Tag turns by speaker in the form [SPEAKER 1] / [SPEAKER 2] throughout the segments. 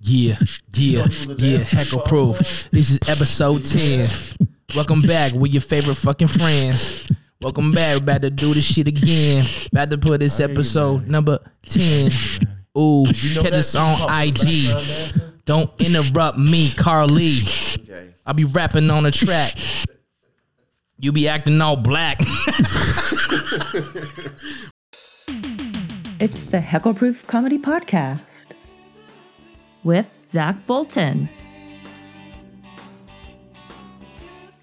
[SPEAKER 1] Yeah, yeah,
[SPEAKER 2] he was a
[SPEAKER 1] yeah.
[SPEAKER 2] dancer,
[SPEAKER 1] Heckle
[SPEAKER 2] fuck,
[SPEAKER 1] proof.
[SPEAKER 2] man.
[SPEAKER 1] This is episode ten. Welcome back with your favorite fucking friends. Welcome back. We're about to do this shit again. About to put this episode number ten. Ooh, catch us on IG. Don't interrupt me, Carly.
[SPEAKER 2] Okay.
[SPEAKER 1] I be rapping on the track. You be acting all black.
[SPEAKER 3] It's the Heckleproof Comedy Podcast with Zach Bolton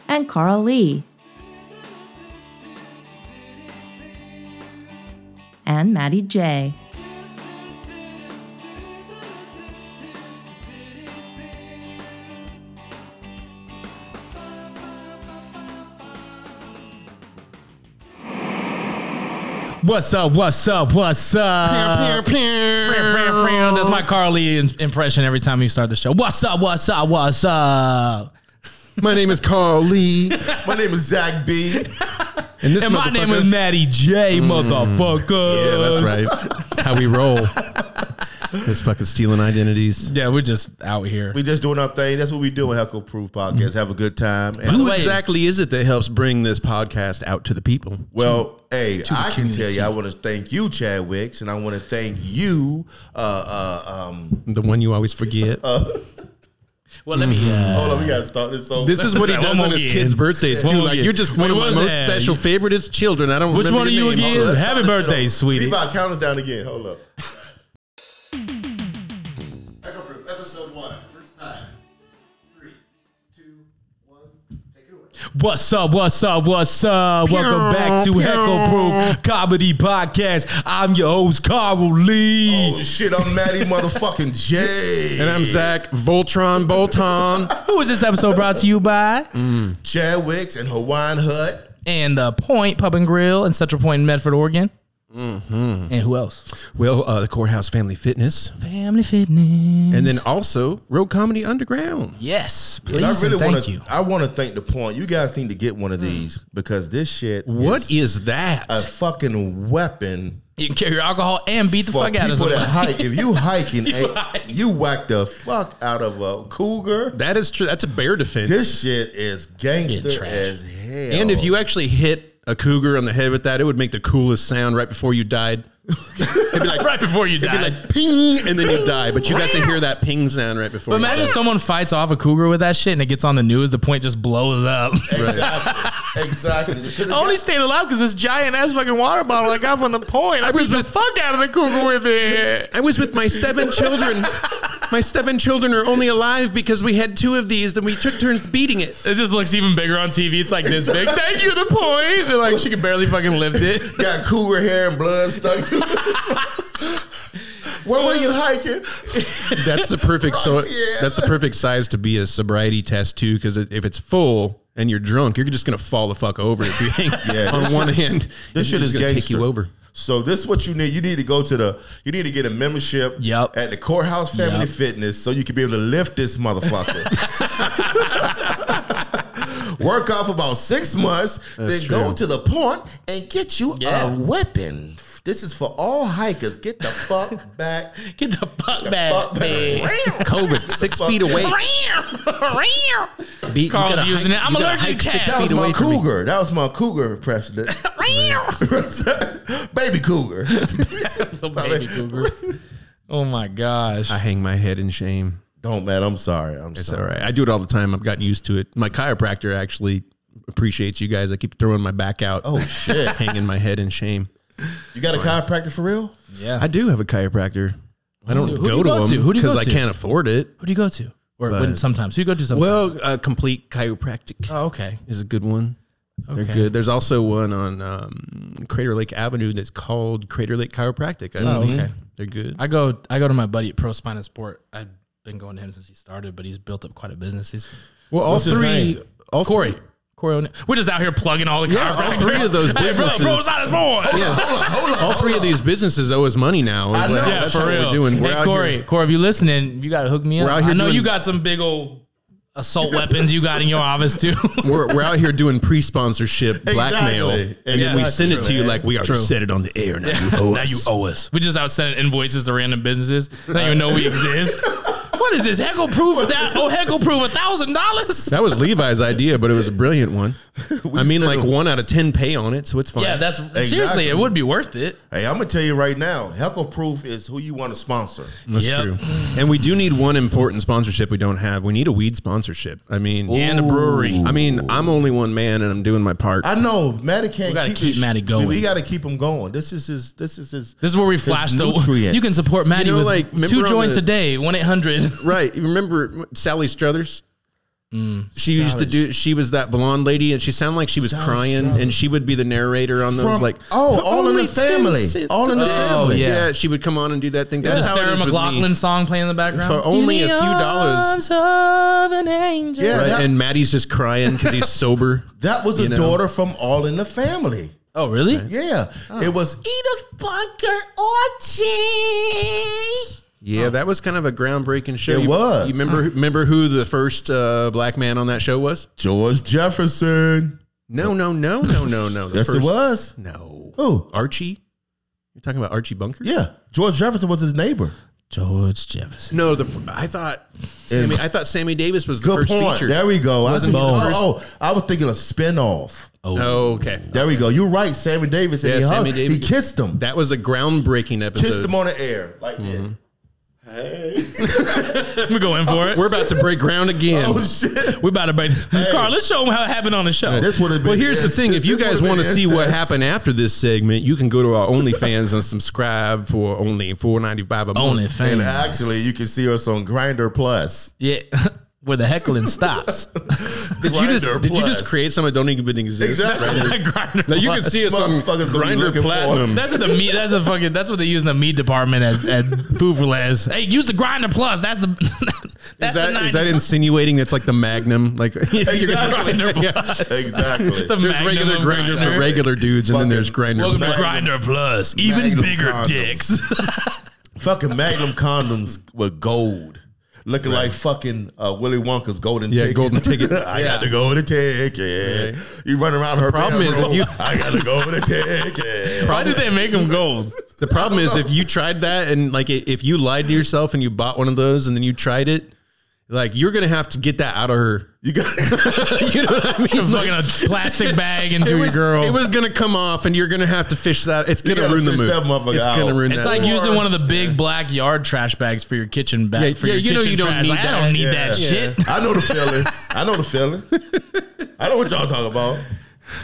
[SPEAKER 3] and Carl Lee and Maddie J.
[SPEAKER 1] What's up? What's up? What's up? That's my Carly in- impression every time you start the show. What's up? What's up? What's up?
[SPEAKER 4] My name is Carl Lee,
[SPEAKER 2] My name is Zach B.
[SPEAKER 4] and this
[SPEAKER 1] And my name is
[SPEAKER 4] motherfucker-
[SPEAKER 1] Maddie J, motherfucker.
[SPEAKER 4] Yeah, that's right. That's how we roll. This fucking stealing identities.
[SPEAKER 1] Yeah, we're just out here.
[SPEAKER 2] We just doing our thing. That's what we do on Heckle Proof Podcast. Have a good time. And
[SPEAKER 4] Who
[SPEAKER 1] way-
[SPEAKER 4] exactly is it that helps bring this podcast out to the people?
[SPEAKER 2] Well, hey, I can tell
[SPEAKER 1] community.
[SPEAKER 2] you, I want to thank you, Chad Wicks, and I want to thank you. Uh, uh, um,
[SPEAKER 4] The one you always forget.
[SPEAKER 1] Oh, Well, let me. Uh,
[SPEAKER 2] hold on, we gotta start this. So
[SPEAKER 4] this is what he
[SPEAKER 1] One
[SPEAKER 4] does
[SPEAKER 1] more
[SPEAKER 4] on his
[SPEAKER 1] again.
[SPEAKER 4] kids' birthdays
[SPEAKER 1] One
[SPEAKER 4] too.
[SPEAKER 1] more
[SPEAKER 4] Like
[SPEAKER 1] again.
[SPEAKER 4] you're just one of
[SPEAKER 1] What
[SPEAKER 4] my
[SPEAKER 1] was
[SPEAKER 4] most
[SPEAKER 1] that?
[SPEAKER 4] special favorite is children. I don't.
[SPEAKER 1] Which
[SPEAKER 4] remember
[SPEAKER 1] one
[SPEAKER 4] your
[SPEAKER 1] are you
[SPEAKER 4] names.
[SPEAKER 1] again?
[SPEAKER 2] Let's
[SPEAKER 1] Happy
[SPEAKER 2] start this shit
[SPEAKER 1] birthday,
[SPEAKER 2] off.
[SPEAKER 1] sweetie.
[SPEAKER 2] Levi, count us down again. Hold up. Echo Proof, episode one, first time. Three, two, one. Take it away.
[SPEAKER 1] What's up? What's up? What's up? Welcome back to Heckle Proof Comedy Podcast. I'm your host, Carl Lee.
[SPEAKER 2] Oh shit, I'm Maddie motherfucking J.
[SPEAKER 4] And I'm Zach Voltron Bolton.
[SPEAKER 1] Who is this episode brought to you by?
[SPEAKER 2] Chad Wicks and Hawaiian Hut.
[SPEAKER 1] And the Point Pub and Grill in Central Point, in Medford, Oregon. And who else?
[SPEAKER 4] well, uh, the Courthouse Family Fitness,
[SPEAKER 1] Family Fitness.
[SPEAKER 4] and then also Road Comedy Underground.
[SPEAKER 1] Yes, please.
[SPEAKER 2] And I really
[SPEAKER 1] and
[SPEAKER 2] want
[SPEAKER 1] thank you.
[SPEAKER 2] to. I want to thank the point. You guys need to get one of these because this shit.
[SPEAKER 4] What
[SPEAKER 2] is
[SPEAKER 4] is that?
[SPEAKER 2] a fucking weapon
[SPEAKER 1] You can carry your alcohol and beat the
[SPEAKER 2] for
[SPEAKER 1] fuck out of
[SPEAKER 2] people that
[SPEAKER 1] somebody.
[SPEAKER 2] hike. If you hiking,
[SPEAKER 1] You
[SPEAKER 2] you,
[SPEAKER 1] hike.
[SPEAKER 2] you whack the fuck out of a cougar.
[SPEAKER 4] that is true. That's a bear defense.
[SPEAKER 2] This shit is
[SPEAKER 1] Yeah,
[SPEAKER 2] gangster
[SPEAKER 1] trash.
[SPEAKER 2] as hell.
[SPEAKER 4] And if you actually hit a cougar on the head with that, it would make the coolest sound right before you died. It'd be like right before you died. It'd be like ping, and then you die. But you got to hear that ping sound right before.
[SPEAKER 1] But
[SPEAKER 4] you
[SPEAKER 1] imagine someone fights off a cougar with that shit and it gets on the news, the point just blows up.
[SPEAKER 2] exactly, exactly. 'Cause it
[SPEAKER 1] I only
[SPEAKER 2] got-
[SPEAKER 1] stayed alive because this giant ass fucking water bottle I got from the point. I beat the fuck out of the cougar with it.
[SPEAKER 4] I was with my seven children. My seven children are only alive because we had two of these, and we took turns beating it.
[SPEAKER 1] It just looks even bigger on TV. It's like this big. Thank you, the point. They're like, she could barely fucking lift it.
[SPEAKER 2] got cougar hair and blood stuck to it. Where were you hiking?
[SPEAKER 4] That's the perfect. So
[SPEAKER 2] Rocks, yeah.
[SPEAKER 4] that's the perfect size to be a sobriety test too, because if it's full. And you're drunk, you're just gonna fall the fuck over if you hang
[SPEAKER 2] Yeah,
[SPEAKER 4] on
[SPEAKER 2] this
[SPEAKER 4] one
[SPEAKER 2] shit is-
[SPEAKER 4] hand.
[SPEAKER 2] This
[SPEAKER 4] It's
[SPEAKER 2] shit
[SPEAKER 4] just
[SPEAKER 2] is
[SPEAKER 4] gonna
[SPEAKER 2] gangster.
[SPEAKER 4] take you over.
[SPEAKER 2] So this is what you need. You need to go to the. You need to get a membership.
[SPEAKER 1] Yep.
[SPEAKER 2] At the courthouse family
[SPEAKER 1] Yep.
[SPEAKER 2] fitness, so you can be able to lift this motherfucker. Work off about six months, then go
[SPEAKER 4] true.
[SPEAKER 2] to the point and get you
[SPEAKER 1] Yeah.
[SPEAKER 2] a weapon. This is for all hikers. Get the fuck back.
[SPEAKER 1] Get the fuck
[SPEAKER 2] fuck
[SPEAKER 1] back,
[SPEAKER 2] back.
[SPEAKER 1] man.
[SPEAKER 4] COVID, six feet away. Beat, you
[SPEAKER 1] Carl's
[SPEAKER 4] gotta
[SPEAKER 1] using
[SPEAKER 4] hike-
[SPEAKER 1] it. I'm
[SPEAKER 4] you gotta
[SPEAKER 1] allergic
[SPEAKER 4] hike
[SPEAKER 1] to
[SPEAKER 4] six
[SPEAKER 1] cats.
[SPEAKER 2] That
[SPEAKER 4] feet
[SPEAKER 2] was my
[SPEAKER 4] away from me.
[SPEAKER 2] cougar. That was my cougar impression. Baby cougar.
[SPEAKER 1] Baby cougar. Oh my gosh.
[SPEAKER 4] I hang my head in shame.
[SPEAKER 2] Don't, man. I'm sorry. I'm
[SPEAKER 4] It's
[SPEAKER 2] sorry.
[SPEAKER 4] all right. I do it all the time. I've gotten used to it. My chiropractor actually appreciates you guys. I keep throwing my back out.
[SPEAKER 2] Oh, shit.
[SPEAKER 4] hanging my head in shame.
[SPEAKER 2] You got a chiropractor for real?
[SPEAKER 1] yeah.
[SPEAKER 4] I do have a chiropractor. I don't
[SPEAKER 1] Who do
[SPEAKER 4] go
[SPEAKER 1] you
[SPEAKER 4] to
[SPEAKER 1] go to?
[SPEAKER 4] him
[SPEAKER 1] Who do you
[SPEAKER 4] because
[SPEAKER 1] go
[SPEAKER 4] I
[SPEAKER 1] to?
[SPEAKER 4] can't afford it.
[SPEAKER 1] Who do you go to? Or when
[SPEAKER 4] But-
[SPEAKER 1] sometimes who you go to sometimes?
[SPEAKER 4] Well, uh, complete chiropractic
[SPEAKER 1] oh, okay.
[SPEAKER 4] is a good one.
[SPEAKER 1] Okay.
[SPEAKER 4] They're good. There's also one on um, Crater Lake Avenue that's called Crater Lake Chiropractic. I
[SPEAKER 1] Oh,
[SPEAKER 4] mean,
[SPEAKER 1] okay.
[SPEAKER 4] They're good.
[SPEAKER 1] I go I go to my buddy at Pro Spine and Sport. I've been going to him since he started, but he's built up quite a business. He's
[SPEAKER 4] Well, all
[SPEAKER 2] What's his
[SPEAKER 4] three.
[SPEAKER 2] name?
[SPEAKER 4] All
[SPEAKER 1] Corey.
[SPEAKER 4] three-
[SPEAKER 1] Corey O'Neill. We're just out here plugging all the
[SPEAKER 4] Yeah, all
[SPEAKER 1] chiropractors.
[SPEAKER 4] three of those
[SPEAKER 1] Hey, bro, bro,
[SPEAKER 4] businesses.
[SPEAKER 1] it's not as more.
[SPEAKER 4] Yeah.
[SPEAKER 2] Hold on.
[SPEAKER 4] All three of these businesses owe us money now.
[SPEAKER 2] I know.
[SPEAKER 4] Like,
[SPEAKER 2] Yeah,
[SPEAKER 4] that's
[SPEAKER 1] for
[SPEAKER 4] what
[SPEAKER 1] real.
[SPEAKER 4] We're doing. We're
[SPEAKER 1] hey,
[SPEAKER 4] out
[SPEAKER 1] Corey,
[SPEAKER 4] here-
[SPEAKER 1] Corey, if you listening, you gotta hook me up.
[SPEAKER 4] We're out here
[SPEAKER 1] I know
[SPEAKER 4] doing-
[SPEAKER 1] you got some big old assault weapons you got in your office too.
[SPEAKER 4] We're, we're out here doing pre-sponsorship blackmail,
[SPEAKER 2] Exactly.
[SPEAKER 4] and then
[SPEAKER 1] Yeah,
[SPEAKER 4] we send it
[SPEAKER 1] true,
[SPEAKER 4] to you
[SPEAKER 2] man.
[SPEAKER 4] like we already
[SPEAKER 1] True.
[SPEAKER 4] said it on the air. Now you owe
[SPEAKER 1] now
[SPEAKER 4] us.
[SPEAKER 1] you owe us. We just out sending invoices to random businesses. They don't even know we exist. What is this? Heckle proof that? Oh, heckle proof a thousand dollars?
[SPEAKER 4] That was Levi's idea, but it was a brilliant one. I mean, like one out of ten pay on it, so it's fine.
[SPEAKER 1] Yeah, that's seriously. It would be worth it.
[SPEAKER 2] Hey, I'm gonna tell you right now, heckle proof is who you want to sponsor.
[SPEAKER 4] That's
[SPEAKER 1] Yep.
[SPEAKER 4] true. And we do need one important sponsorship we don't have. We need a weed sponsorship. I mean,
[SPEAKER 1] And a brewery.
[SPEAKER 4] I mean, I'm only one man and I'm doing my part.
[SPEAKER 2] I know Matty can't.
[SPEAKER 1] We gotta keep
[SPEAKER 2] this-
[SPEAKER 1] Matty going.
[SPEAKER 2] We, we gotta keep him going. This is his. This is his.
[SPEAKER 1] This is where we
[SPEAKER 2] his
[SPEAKER 1] flash the.
[SPEAKER 2] nutrients.
[SPEAKER 1] You can support Maddie
[SPEAKER 4] know,
[SPEAKER 1] with
[SPEAKER 4] like, remember
[SPEAKER 1] two
[SPEAKER 4] on
[SPEAKER 1] joints
[SPEAKER 4] the-
[SPEAKER 1] a day, one eight hundred.
[SPEAKER 4] right. You remember Sally Struthers?
[SPEAKER 1] Mm.
[SPEAKER 4] she used to do. She was that blonde lady, and she sounded like she was
[SPEAKER 2] Sally
[SPEAKER 4] crying,
[SPEAKER 2] Struthers.
[SPEAKER 4] and she would be the narrator on those.
[SPEAKER 2] From-
[SPEAKER 4] like,
[SPEAKER 2] oh,
[SPEAKER 4] "For
[SPEAKER 2] All in the
[SPEAKER 4] only 10
[SPEAKER 2] Family.
[SPEAKER 4] cents
[SPEAKER 2] All in the
[SPEAKER 4] a day."
[SPEAKER 1] Family.
[SPEAKER 4] Oh, yeah. she would come on and do that thing. That's how it
[SPEAKER 1] Sarah
[SPEAKER 4] is with me.
[SPEAKER 1] McLaughlin song playing in the background
[SPEAKER 4] For
[SPEAKER 1] In
[SPEAKER 4] only a
[SPEAKER 1] the
[SPEAKER 4] few dollars.
[SPEAKER 1] arms of an angel.
[SPEAKER 2] Yeah,
[SPEAKER 4] Right,
[SPEAKER 2] that,
[SPEAKER 4] and Maddie's just crying because he's sober.
[SPEAKER 2] that was a
[SPEAKER 4] you know.
[SPEAKER 2] daughter from All in the Family.
[SPEAKER 1] Oh, really?
[SPEAKER 2] Yeah, it was Edith Bunker Orchie.
[SPEAKER 4] Yeah, that was kind of a groundbreaking show.
[SPEAKER 2] It
[SPEAKER 4] You-
[SPEAKER 2] was.
[SPEAKER 4] You remember remember who the first uh, black man on that show was?
[SPEAKER 2] George Jefferson.
[SPEAKER 4] No, no, no, no, no, no. The
[SPEAKER 2] Yes,
[SPEAKER 4] first,
[SPEAKER 2] it was.
[SPEAKER 4] No.
[SPEAKER 2] Who?
[SPEAKER 4] Archie? You're talking about Archie Bunker?
[SPEAKER 2] Yeah, George Jefferson was his neighbor.
[SPEAKER 1] George Jefferson.
[SPEAKER 4] No, the I thought Sammy, I thought Sammy Davis was the
[SPEAKER 2] Good
[SPEAKER 4] first
[SPEAKER 2] point.
[SPEAKER 4] feature.
[SPEAKER 2] There we go. I
[SPEAKER 4] Wasn't
[SPEAKER 2] see-
[SPEAKER 4] he the
[SPEAKER 2] oh, oh, I was thinking a spinoff.
[SPEAKER 4] oh, okay.
[SPEAKER 2] There we go. You're right, Sammy Davis. And
[SPEAKER 4] Yeah,
[SPEAKER 2] he,
[SPEAKER 4] Sammy
[SPEAKER 2] hugged-
[SPEAKER 4] Davis.
[SPEAKER 2] he kissed him.
[SPEAKER 4] That Mm-hmm. was a groundbreaking episode.
[SPEAKER 2] kissed him on the air like that. Hey.
[SPEAKER 1] We're going for it.
[SPEAKER 4] We're about to break ground again.
[SPEAKER 2] Oh shit.
[SPEAKER 1] We're about to break. Carl, let's show them how it happened on the show.
[SPEAKER 2] This would have been.
[SPEAKER 4] Well, here's the
[SPEAKER 2] incest.
[SPEAKER 4] thing. If you
[SPEAKER 2] This
[SPEAKER 4] guys
[SPEAKER 2] would've
[SPEAKER 4] want to
[SPEAKER 2] been
[SPEAKER 4] see what
[SPEAKER 2] incest.
[SPEAKER 4] happened after this segment, you can go to our OnlyFans and subscribe for only four ninety five a month.
[SPEAKER 1] Only
[SPEAKER 2] and
[SPEAKER 1] fans.
[SPEAKER 2] actually, you can see us on Grinder Plus.
[SPEAKER 1] Yeah, where the heckling stops.
[SPEAKER 4] Did you just
[SPEAKER 2] Grindr
[SPEAKER 4] did you just
[SPEAKER 2] Plus.
[SPEAKER 4] create something that don't even exist?
[SPEAKER 2] Exactly.
[SPEAKER 1] Grinder.
[SPEAKER 4] Now you can see us on
[SPEAKER 2] Motherfuckers gonna be
[SPEAKER 4] Grinder
[SPEAKER 2] looking for-
[SPEAKER 4] Platinum.
[SPEAKER 1] That's what the meat. That's a fucking. That's what they use in the meat department at, at Food for Less. Hey, use the grinder plus. That's the. That's
[SPEAKER 4] Is
[SPEAKER 1] the
[SPEAKER 4] that,
[SPEAKER 1] 90
[SPEAKER 4] is that insinuating that's like the Magnum? Like you're gonna-
[SPEAKER 2] Exactly.
[SPEAKER 1] Grindr
[SPEAKER 4] Yeah.
[SPEAKER 1] the
[SPEAKER 2] exactly.
[SPEAKER 4] There's
[SPEAKER 1] Magnum
[SPEAKER 4] regular
[SPEAKER 1] of
[SPEAKER 4] grinder
[SPEAKER 1] Grindr.
[SPEAKER 4] for regular dudes, and then there's grinder.
[SPEAKER 1] Welcome to
[SPEAKER 2] Magnum.
[SPEAKER 1] Grinder Plus. Even
[SPEAKER 2] Magnum
[SPEAKER 1] bigger
[SPEAKER 2] condoms.
[SPEAKER 1] dicks.
[SPEAKER 2] fucking Magnum condoms with gold. Looking like fucking uh, Willy Wonka's golden
[SPEAKER 4] Yeah,
[SPEAKER 2] ticket.
[SPEAKER 4] golden ticket.
[SPEAKER 2] I got the golden ticket. You run around her
[SPEAKER 4] problem
[SPEAKER 2] bedroom,
[SPEAKER 4] is if you-
[SPEAKER 2] I got the golden ticket.
[SPEAKER 1] Why did they make them gold?
[SPEAKER 4] The problem is if you tried that and like i- if you lied to yourself and you bought one of those and then you tried it, like you're gonna have to get that out of her.
[SPEAKER 2] You got
[SPEAKER 4] You know what I mean?
[SPEAKER 1] A fucking a plastic bag into
[SPEAKER 4] it
[SPEAKER 1] your
[SPEAKER 4] was,
[SPEAKER 1] girl.
[SPEAKER 4] It was gonna come off, and you're gonna have to fish that. It's gonna
[SPEAKER 2] gotta
[SPEAKER 4] ruin the
[SPEAKER 2] fish
[SPEAKER 4] mood.
[SPEAKER 2] that motherfucker
[SPEAKER 4] It's gonna
[SPEAKER 2] out.
[SPEAKER 4] ruin
[SPEAKER 1] It's
[SPEAKER 4] that.
[SPEAKER 1] like using one of the big black yard trash bags for your kitchen bag.
[SPEAKER 4] Yeah,
[SPEAKER 1] for
[SPEAKER 4] yeah,
[SPEAKER 1] your
[SPEAKER 4] you know
[SPEAKER 1] kitchen
[SPEAKER 4] you don't
[SPEAKER 1] trash.
[SPEAKER 4] need
[SPEAKER 1] Like,
[SPEAKER 4] that.
[SPEAKER 1] I don't need that
[SPEAKER 2] Yeah.
[SPEAKER 1] shit.
[SPEAKER 2] I know the feeling. I know the feeling. I know what y'all talking about.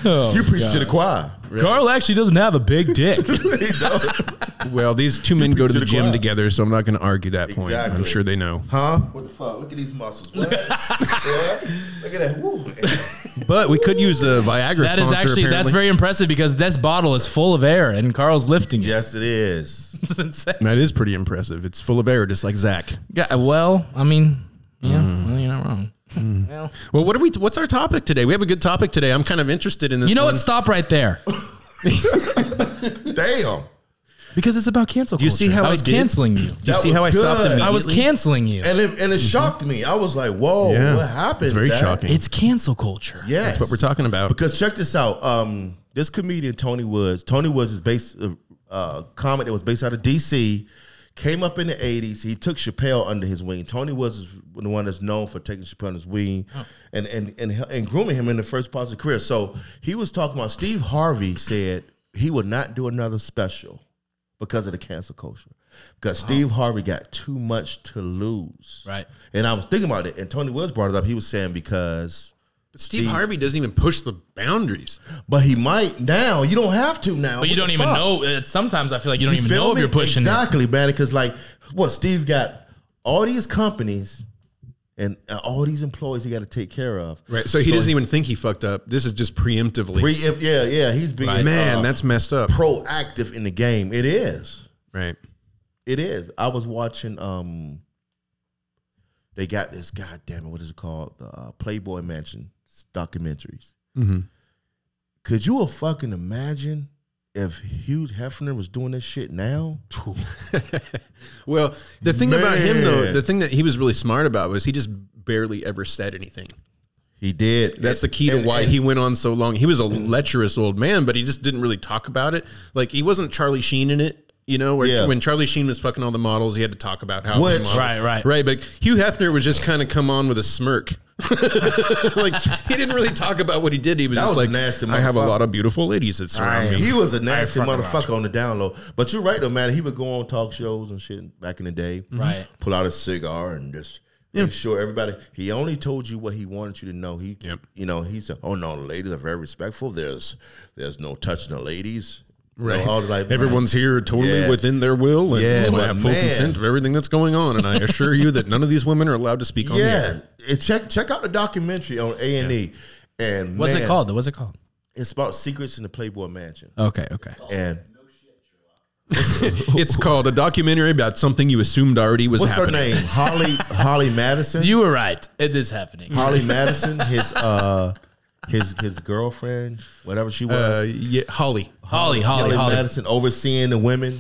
[SPEAKER 4] Oh,
[SPEAKER 2] you preach to the choir.
[SPEAKER 1] Carl actually doesn't have a big dick.
[SPEAKER 2] He does.
[SPEAKER 4] well, these two men go
[SPEAKER 2] preach
[SPEAKER 4] to
[SPEAKER 2] to
[SPEAKER 4] the,
[SPEAKER 2] the
[SPEAKER 4] gym
[SPEAKER 2] choir.
[SPEAKER 4] together, so I'm not gonna argue that point. I'm
[SPEAKER 2] Exactly.
[SPEAKER 4] sure they know.
[SPEAKER 2] Huh? What the fuck? Look at these muscles. What? What? Look at that. Woo.
[SPEAKER 4] But we could use a Viagra.
[SPEAKER 1] That is
[SPEAKER 4] sponsor,
[SPEAKER 1] actually that's
[SPEAKER 4] apparently.
[SPEAKER 1] very impressive because this bottle is full of air and Carl's lifting it.
[SPEAKER 2] Yes, it is.
[SPEAKER 1] It's insane.
[SPEAKER 4] That is pretty impressive. It's full of air, just like Zach.
[SPEAKER 1] Yeah, well, I mean, yeah,
[SPEAKER 4] Mm.
[SPEAKER 1] well, you're not wrong. Well,
[SPEAKER 4] Well, what are we? What's our topic today? We have a good topic today. I'm kind of interested in this.
[SPEAKER 1] you know
[SPEAKER 4] one.
[SPEAKER 1] what? Stop right there
[SPEAKER 2] Damn.
[SPEAKER 1] because it's about cancel.
[SPEAKER 4] You see
[SPEAKER 1] culture.
[SPEAKER 4] how
[SPEAKER 1] I
[SPEAKER 4] I
[SPEAKER 1] was
[SPEAKER 4] did?
[SPEAKER 1] canceling you.
[SPEAKER 4] Do you
[SPEAKER 2] That
[SPEAKER 4] see how I
[SPEAKER 2] was
[SPEAKER 4] stopped
[SPEAKER 2] good.
[SPEAKER 4] him?
[SPEAKER 1] I was canceling you.
[SPEAKER 2] And it, and it shocked me. I was like, whoa,
[SPEAKER 4] Mm-hmm. Yeah.
[SPEAKER 2] what happened?
[SPEAKER 4] It's very
[SPEAKER 2] Dad?
[SPEAKER 4] shocking.
[SPEAKER 1] It's cancel culture.
[SPEAKER 2] Yes.
[SPEAKER 4] That's what we're talking about.
[SPEAKER 2] Because check this out. Um, this comedian Tony Woods. Tony Woods is based uh, uh, comic that was based out of D.C. Came up in the '80s. He took Chappelle under his wing. Tony Woods is the one that's known for taking Chappelle under his wing, and and and and grooming him in the first part of his career. So he was talking about Steve Harvey said he would not do another special because of the cancel culture. Because Steve Harvey got too much to lose.
[SPEAKER 1] Right.
[SPEAKER 2] And I was thinking about it, and Tony Woods brought it up. He was saying because
[SPEAKER 4] But Steve Harvey doesn't even push the boundaries.
[SPEAKER 2] But he might now. You don't have to now.
[SPEAKER 1] But you
[SPEAKER 2] What
[SPEAKER 1] don't
[SPEAKER 2] the
[SPEAKER 1] even
[SPEAKER 2] fuck?
[SPEAKER 1] know. uh, Sometimes I feel like you don't even
[SPEAKER 2] feel
[SPEAKER 1] know if
[SPEAKER 2] me?
[SPEAKER 1] you're pushing it.
[SPEAKER 2] exactly, man. Because like, what Steve got all these companies and uh, all these employees he got to take care of.
[SPEAKER 4] Right. So he doesn't even think he fucked up. This is just preemptively.
[SPEAKER 2] Pre- yeah, yeah. He's being
[SPEAKER 4] Man,
[SPEAKER 2] uh,
[SPEAKER 4] that's messed up.
[SPEAKER 2] proactive in the game. It is.
[SPEAKER 4] right.
[SPEAKER 2] It is. I was watching. um They got this. God damn it! What is it called? The uh, Playboy Mansion documentaries. Could you a fucking imagine if Hugh Hefner was doing this shit now?
[SPEAKER 4] Well, the thing about him though,
[SPEAKER 2] Man.
[SPEAKER 4] the thing that he was really smart about was he just barely ever said anything.
[SPEAKER 2] He did.
[SPEAKER 4] That's the key to
[SPEAKER 2] And-
[SPEAKER 4] why
[SPEAKER 2] and-
[SPEAKER 4] he went on so long. He was a lecherous old man, but he just didn't really talk about it. Like he wasn't Charlie Sheen in it. you know, where
[SPEAKER 2] Yeah.
[SPEAKER 4] when Charlie Sheen was fucking all the models, he had to talk about how
[SPEAKER 2] Which-
[SPEAKER 4] the model-
[SPEAKER 1] Right, right.
[SPEAKER 4] right. But Hugh Hefner was just kind of come on with a smirk. like he didn't really talk about what he did. He was
[SPEAKER 2] That
[SPEAKER 4] just
[SPEAKER 2] was a
[SPEAKER 4] like,
[SPEAKER 2] nasty
[SPEAKER 4] I have a
[SPEAKER 2] motherfucker.
[SPEAKER 4] lot of beautiful ladies that surround me.
[SPEAKER 2] He was a nasty
[SPEAKER 1] fucking watch
[SPEAKER 2] motherfucker on the down low. But you're right though, man. He would go on talk shows and shit back in the day.
[SPEAKER 1] Mm-hmm. Right.
[SPEAKER 2] Pull out a cigar and just make sure everybody. He only told you what he wanted you to know. He,
[SPEAKER 4] Yep.
[SPEAKER 2] you know, he said, "Oh no, the ladies are very respectful. There's, there's no touching the ladies. You know,
[SPEAKER 4] Right.
[SPEAKER 2] all like,
[SPEAKER 4] Everyone's here totally
[SPEAKER 2] Yeah.
[SPEAKER 4] within their will, and
[SPEAKER 2] Yeah,
[SPEAKER 4] I
[SPEAKER 2] but
[SPEAKER 4] have full
[SPEAKER 2] man.
[SPEAKER 4] consent of everything that's going on. And I assure you that none of these women are allowed to speak on the air.
[SPEAKER 2] yeah. And check check out the documentary on A and E. And
[SPEAKER 1] What's it
[SPEAKER 2] man,
[SPEAKER 1] called? though? What's it called?
[SPEAKER 2] It's about secrets in the Playboy Mansion.
[SPEAKER 1] Okay, okay.
[SPEAKER 2] And
[SPEAKER 4] It's called a documentary about something you assumed already was
[SPEAKER 2] what's
[SPEAKER 4] happening.
[SPEAKER 2] her name? Holly Holly Madison.
[SPEAKER 1] You were right. It is happening.
[SPEAKER 2] Holly Madison, his uh, his his girlfriend, whatever she
[SPEAKER 4] Uh,
[SPEAKER 2] was,
[SPEAKER 4] yeah, Holly.
[SPEAKER 1] Holly, Holly,
[SPEAKER 2] Holly,
[SPEAKER 1] Holly.
[SPEAKER 2] Madison overseeing the women,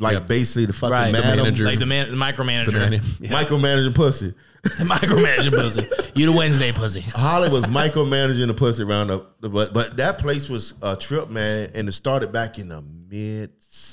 [SPEAKER 2] like basically the fucking
[SPEAKER 1] Right. The
[SPEAKER 2] madam,
[SPEAKER 4] manager.
[SPEAKER 1] Like the man, the micromanager, the,
[SPEAKER 2] micromanaging pussy.
[SPEAKER 1] micromanager pussy. You the Wednesday pussy.
[SPEAKER 2] Holly was micromanaging the pussy around the but but that place was a trip, man, and it started back in the mid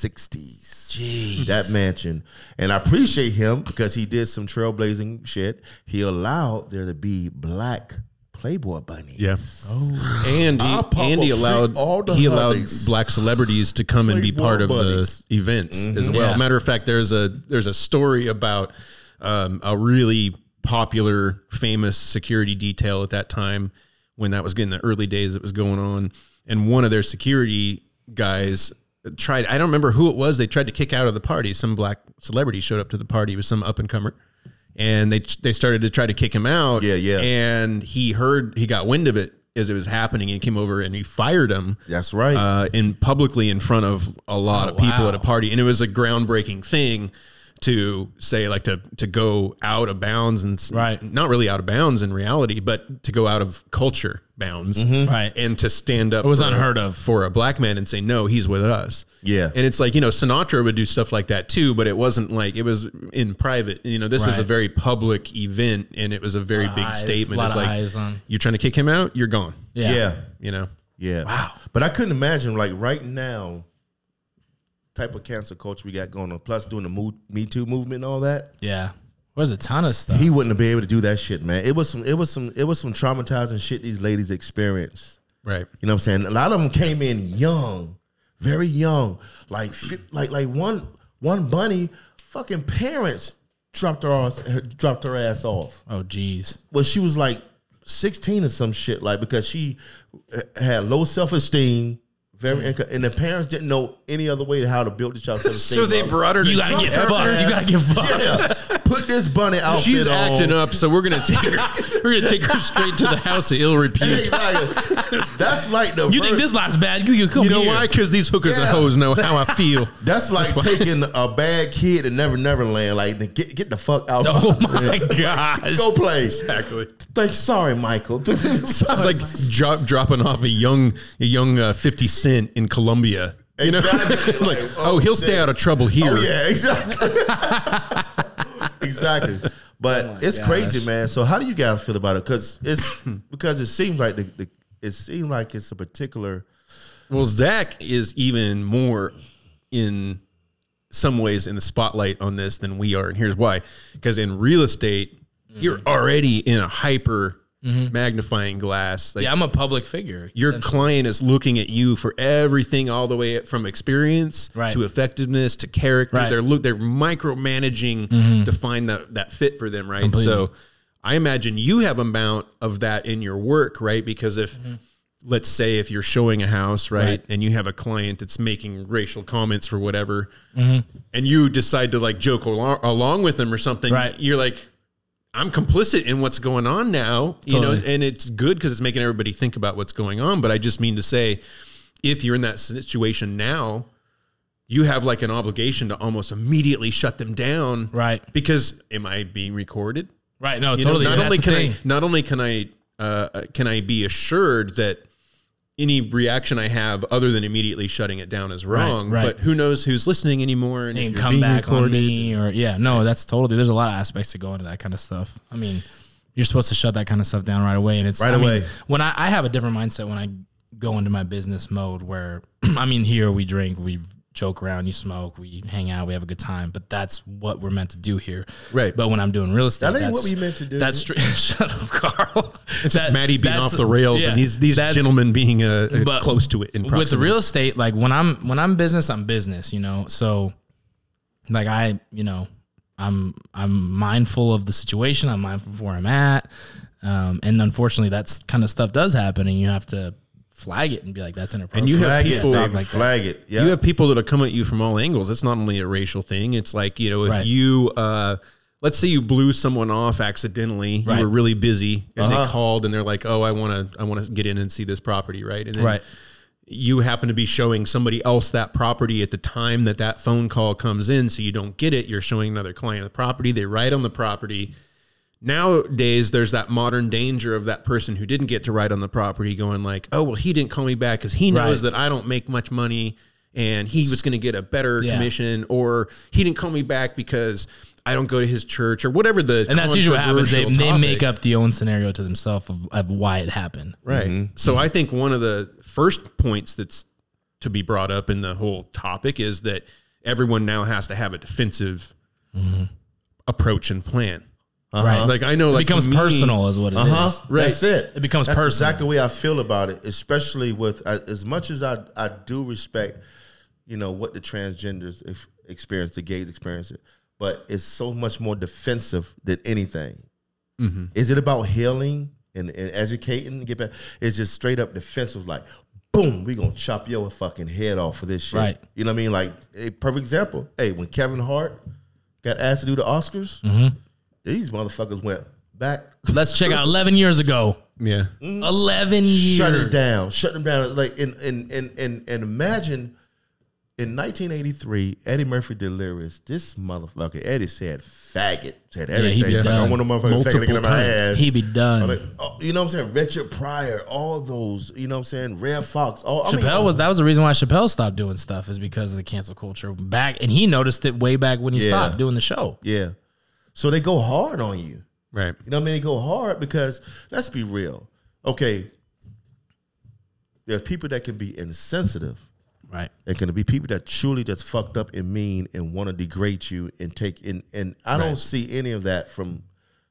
[SPEAKER 2] sixties. That mansion. And I appreciate him because he did some trailblazing shit. He allowed there to be black Playboy bunnies.
[SPEAKER 4] Yeah. Oh. And
[SPEAKER 2] I'll
[SPEAKER 4] he,
[SPEAKER 2] pop
[SPEAKER 4] and he
[SPEAKER 2] a freak
[SPEAKER 4] allowed
[SPEAKER 2] all the
[SPEAKER 4] he allowed
[SPEAKER 2] honeys.
[SPEAKER 4] black celebrities to come and be
[SPEAKER 2] Playboy
[SPEAKER 4] part of
[SPEAKER 2] buddies.
[SPEAKER 4] the events as well.
[SPEAKER 1] Yeah.
[SPEAKER 4] Matter of fact, there's a there's a story about um, a really popular, famous security detail at that time when that was getting the early days that was going on, and one of their security guys tried. I don't remember who it was. They tried to kick out of the party. Some black celebrity showed up to the party with some up and comer. And they they started to try to kick him out.
[SPEAKER 2] Yeah, yeah.
[SPEAKER 4] And he heard he got wind of it as it was happening, and he came over and he fired him
[SPEAKER 2] That's right.
[SPEAKER 4] uh, in publicly in front of a lot of people
[SPEAKER 1] Oh, wow.
[SPEAKER 4] at a party, and it was a groundbreaking thing to say like to to go out of bounds and s-
[SPEAKER 1] Right.
[SPEAKER 4] not really out of bounds in reality, but to go out of culture bounds,
[SPEAKER 1] Mm-hmm. Right.
[SPEAKER 4] And to stand up,
[SPEAKER 1] It was
[SPEAKER 4] for a-
[SPEAKER 1] unheard of.
[SPEAKER 4] for a black man and say no, he's with us.
[SPEAKER 2] Yeah.
[SPEAKER 4] and it's like you know Sinatra would do stuff like that too, but it wasn't like it was in private. You know, this was a
[SPEAKER 1] Right.
[SPEAKER 4] very public event, and it was a very big
[SPEAKER 1] eyes,
[SPEAKER 4] statement.
[SPEAKER 1] lot
[SPEAKER 4] It's
[SPEAKER 1] of
[SPEAKER 4] like
[SPEAKER 1] eyes on-
[SPEAKER 4] you're trying to kick him out, you're gone.
[SPEAKER 1] Yeah.
[SPEAKER 2] yeah.
[SPEAKER 4] You know,
[SPEAKER 2] Yeah. Wow. But I couldn't imagine like right now, type of cancer culture we got going on, plus doing the Mo- Me Too movement and all that.
[SPEAKER 1] Yeah. There's a ton of stuff.
[SPEAKER 2] He wouldn't have been able to do that shit, man. It was some, it was some, it was some traumatizing shit these ladies experienced.
[SPEAKER 4] right?
[SPEAKER 2] You know what I'm saying? A lot of them came in young, very young. Like, fi- like, like one, one bunny, fucking parents dropped her ass, her- dropped her ass off.
[SPEAKER 1] oh, jeez.
[SPEAKER 2] Well, she was like 16 or some shit, like because she uh, had low self esteem, very,
[SPEAKER 1] Mm.
[SPEAKER 2] inco- and the parents didn't know any other way to how to build the child's self esteem.
[SPEAKER 4] So they brought her. To
[SPEAKER 1] You gotta get
[SPEAKER 2] her
[SPEAKER 1] fucked.
[SPEAKER 2] ass.
[SPEAKER 1] You gotta get fucked.
[SPEAKER 2] Yeah, put this bunny outfit
[SPEAKER 4] She's
[SPEAKER 2] on.
[SPEAKER 4] acting up, so we're gonna take her. We're gonna take her straight to the house of ill repute.
[SPEAKER 2] That's like the
[SPEAKER 1] You think
[SPEAKER 2] ver-
[SPEAKER 1] this life's bad? You, you come
[SPEAKER 4] You know
[SPEAKER 1] here.
[SPEAKER 4] why? Because these hookers
[SPEAKER 2] Yeah.
[SPEAKER 4] and hoes know how I feel.
[SPEAKER 2] That's like taking a bad kid to Never Never Land. Like to get get the fuck out.
[SPEAKER 1] Oh my gosh.
[SPEAKER 2] Go play.
[SPEAKER 4] Exactly.
[SPEAKER 2] Thank, sorry, Michael.
[SPEAKER 4] Sounds like dro- dropping off a young, a young uh, Fifty Cent in Colombia. You know,
[SPEAKER 2] Exactly. Like,
[SPEAKER 4] like oh,
[SPEAKER 2] oh,
[SPEAKER 4] he'll stay
[SPEAKER 2] damn.
[SPEAKER 4] out of trouble here.
[SPEAKER 2] Oh yeah, exactly. exactly. But it's crazy, man. So how do you guys feel about it? Because it's because it seems like the, the it seems like it's a particular
[SPEAKER 4] Well, Zach is even more in some ways in the spotlight on this than we are, and here's why: because in real estate, you're
[SPEAKER 1] Mm-hmm.
[SPEAKER 4] already in a hyper magnifying glass. Like,
[SPEAKER 1] Yeah, I'm a public figure.
[SPEAKER 4] your client is looking at you for everything all the way from experience
[SPEAKER 1] Right.
[SPEAKER 4] to effectiveness to character
[SPEAKER 1] Right. Mm-hmm.
[SPEAKER 4] they're look they're micromanaging to find that that fit for them right so i imagine you have amount of that in your work right because if
[SPEAKER 1] Mm-hmm.
[SPEAKER 4] let's say if you're showing a house right, and you have a client that's making racial comments for whatever
[SPEAKER 1] Mm-hmm.
[SPEAKER 4] and you decide to like joke along, along with them or something
[SPEAKER 1] Right.
[SPEAKER 4] you're like I'm complicit in what's going on now, you know,
[SPEAKER 1] Totally.
[SPEAKER 4] and it's good because it's making everybody think about what's going on. But I just mean to say, if you're in that situation now, you have like an obligation to almost immediately shut them down,
[SPEAKER 1] Right.
[SPEAKER 4] Because am I being recorded?
[SPEAKER 1] Right. No,
[SPEAKER 4] You know,
[SPEAKER 1] totally.
[SPEAKER 4] not
[SPEAKER 1] That's
[SPEAKER 4] only
[SPEAKER 1] the
[SPEAKER 4] can
[SPEAKER 1] thing.
[SPEAKER 4] I, not only can I, uh, can I be assured that any reaction I have other than immediately shutting it down is wrong,
[SPEAKER 1] right.
[SPEAKER 4] but who knows who's listening anymore and, if
[SPEAKER 1] and
[SPEAKER 4] you're
[SPEAKER 1] come
[SPEAKER 4] being
[SPEAKER 1] back on
[SPEAKER 4] recorded.
[SPEAKER 1] me or yeah no that's totally there's a lot of aspects that go into that kind of stuff i mean you're supposed to shut that kind of stuff down right away and it's
[SPEAKER 2] Right
[SPEAKER 1] I mean,
[SPEAKER 2] away.
[SPEAKER 1] when I, I have a different mindset when i go into my business mode where i mean here we drink we joke around, you smoke, we hang out, we have a good time. But that's what we're meant to do here.
[SPEAKER 4] Right.
[SPEAKER 1] But when I'm doing real estate,
[SPEAKER 2] That ain't what
[SPEAKER 1] that's-
[SPEAKER 2] we meant to do.
[SPEAKER 1] That's straight. Shut up, Carl.
[SPEAKER 4] It's just
[SPEAKER 1] That-
[SPEAKER 4] Maddie being
[SPEAKER 1] that's-
[SPEAKER 4] off the rails
[SPEAKER 1] yeah,
[SPEAKER 4] and these these
[SPEAKER 1] that's-
[SPEAKER 4] gentlemen being uh, uh,
[SPEAKER 1] but
[SPEAKER 4] close to it. In
[SPEAKER 1] with
[SPEAKER 4] proximity.
[SPEAKER 1] real estate, like when I'm when I'm business, I'm business, you know. So like I, you know, I'm I'm mindful of the situation, I'm mindful of where I'm at. Um, and unfortunately that's kind of stuff does happen and you have to flag it and be like that's inappropriate.
[SPEAKER 4] And you have
[SPEAKER 2] flag
[SPEAKER 4] people-
[SPEAKER 2] it, David,
[SPEAKER 1] like that.
[SPEAKER 2] flag it. Yeah.
[SPEAKER 4] You have people that'll come at you from all angles. It's not only a racial thing. It's like, you know, if
[SPEAKER 1] Right.
[SPEAKER 4] you uh let's say you blew someone off accidentally,
[SPEAKER 1] Right.
[SPEAKER 4] you were really busy and
[SPEAKER 2] Uh-huh.
[SPEAKER 4] they called and they're like, "Oh, I want to I want to get in and see this property," right? And then
[SPEAKER 1] Right.
[SPEAKER 4] you happen to be showing somebody else that property at the time that that phone call comes in, so you don't get it. You're showing another client the property. They write on the property. Nowadays, there's that modern danger of that person who didn't get to write on the property going like, "Oh, well, he didn't call me back because he knows
[SPEAKER 1] Right.
[SPEAKER 4] that I don't make much money, and he was going to get a better
[SPEAKER 1] Yeah.
[SPEAKER 4] commission, or he didn't call me back because I don't go to his church or whatever the."
[SPEAKER 1] and that's usually what happens. They,
[SPEAKER 4] controversial
[SPEAKER 1] they make
[SPEAKER 4] topic.
[SPEAKER 1] up the own scenario to themselves of, of why it happened.
[SPEAKER 4] Right. So I think one of the first points that's to be brought up in the whole topic is that everyone now has to have a defensive
[SPEAKER 1] Mm-hmm.
[SPEAKER 4] approach and plan.
[SPEAKER 1] Right.
[SPEAKER 4] Like I know, like
[SPEAKER 1] Uh-huh. it becomes
[SPEAKER 4] to me- uh-huh.
[SPEAKER 1] personal is what it is.
[SPEAKER 2] Uh huh.
[SPEAKER 4] Right.
[SPEAKER 2] That's it.
[SPEAKER 1] Uh-huh. It becomes
[SPEAKER 2] That's
[SPEAKER 1] personal.
[SPEAKER 2] Exactly the way I feel about it, especially with I, as much as I I do respect, you know, what the transgenders ex- experience, the gays experience it, but it's so much more defensive than anything.
[SPEAKER 1] Mm-hmm.
[SPEAKER 2] Is it about healing and, and educating and get back? It's just straight up defensive, like. Boom! We gonna chop your fucking head off for this shit.
[SPEAKER 1] Right.
[SPEAKER 2] You know what I mean? Like a perfect example. Hey, when Kevin Hart got asked to do the Oscars,
[SPEAKER 1] Mm-hmm.
[SPEAKER 2] these motherfuckers went back.
[SPEAKER 1] Let's check out eleven years ago.
[SPEAKER 4] Yeah.
[SPEAKER 1] Mm. Eleven years.
[SPEAKER 2] shut it down, shut them down. Like and and and and, and imagine in 1983, Eddie Murphy delirious. This motherfucker, Eddie said faggot, said
[SPEAKER 1] he
[SPEAKER 2] everything.
[SPEAKER 1] be
[SPEAKER 2] He's like, I
[SPEAKER 1] done.
[SPEAKER 2] want a motherfucking faggot to get in my ass.
[SPEAKER 1] He be
[SPEAKER 2] I'm
[SPEAKER 1] done.
[SPEAKER 2] like, oh, you know what I'm saying? Richard Pryor, all those, you know what I'm saying? Red Fox, all
[SPEAKER 4] Oh
[SPEAKER 2] I mean,
[SPEAKER 1] Chappelle was that was the reason why Chappelle stopped doing stuff is because of the cancel culture back, and he noticed it way back when he
[SPEAKER 2] Yeah.
[SPEAKER 1] stopped doing the show.
[SPEAKER 2] Yeah. So they go hard on you.
[SPEAKER 4] Right.
[SPEAKER 2] You know what I mean? They go hard because let's be real. Okay. There's people that can be insensitive.
[SPEAKER 1] Right.
[SPEAKER 2] There's gonna be people that truly just fucked up and mean and want to degrade you and take and and I don't see any of that from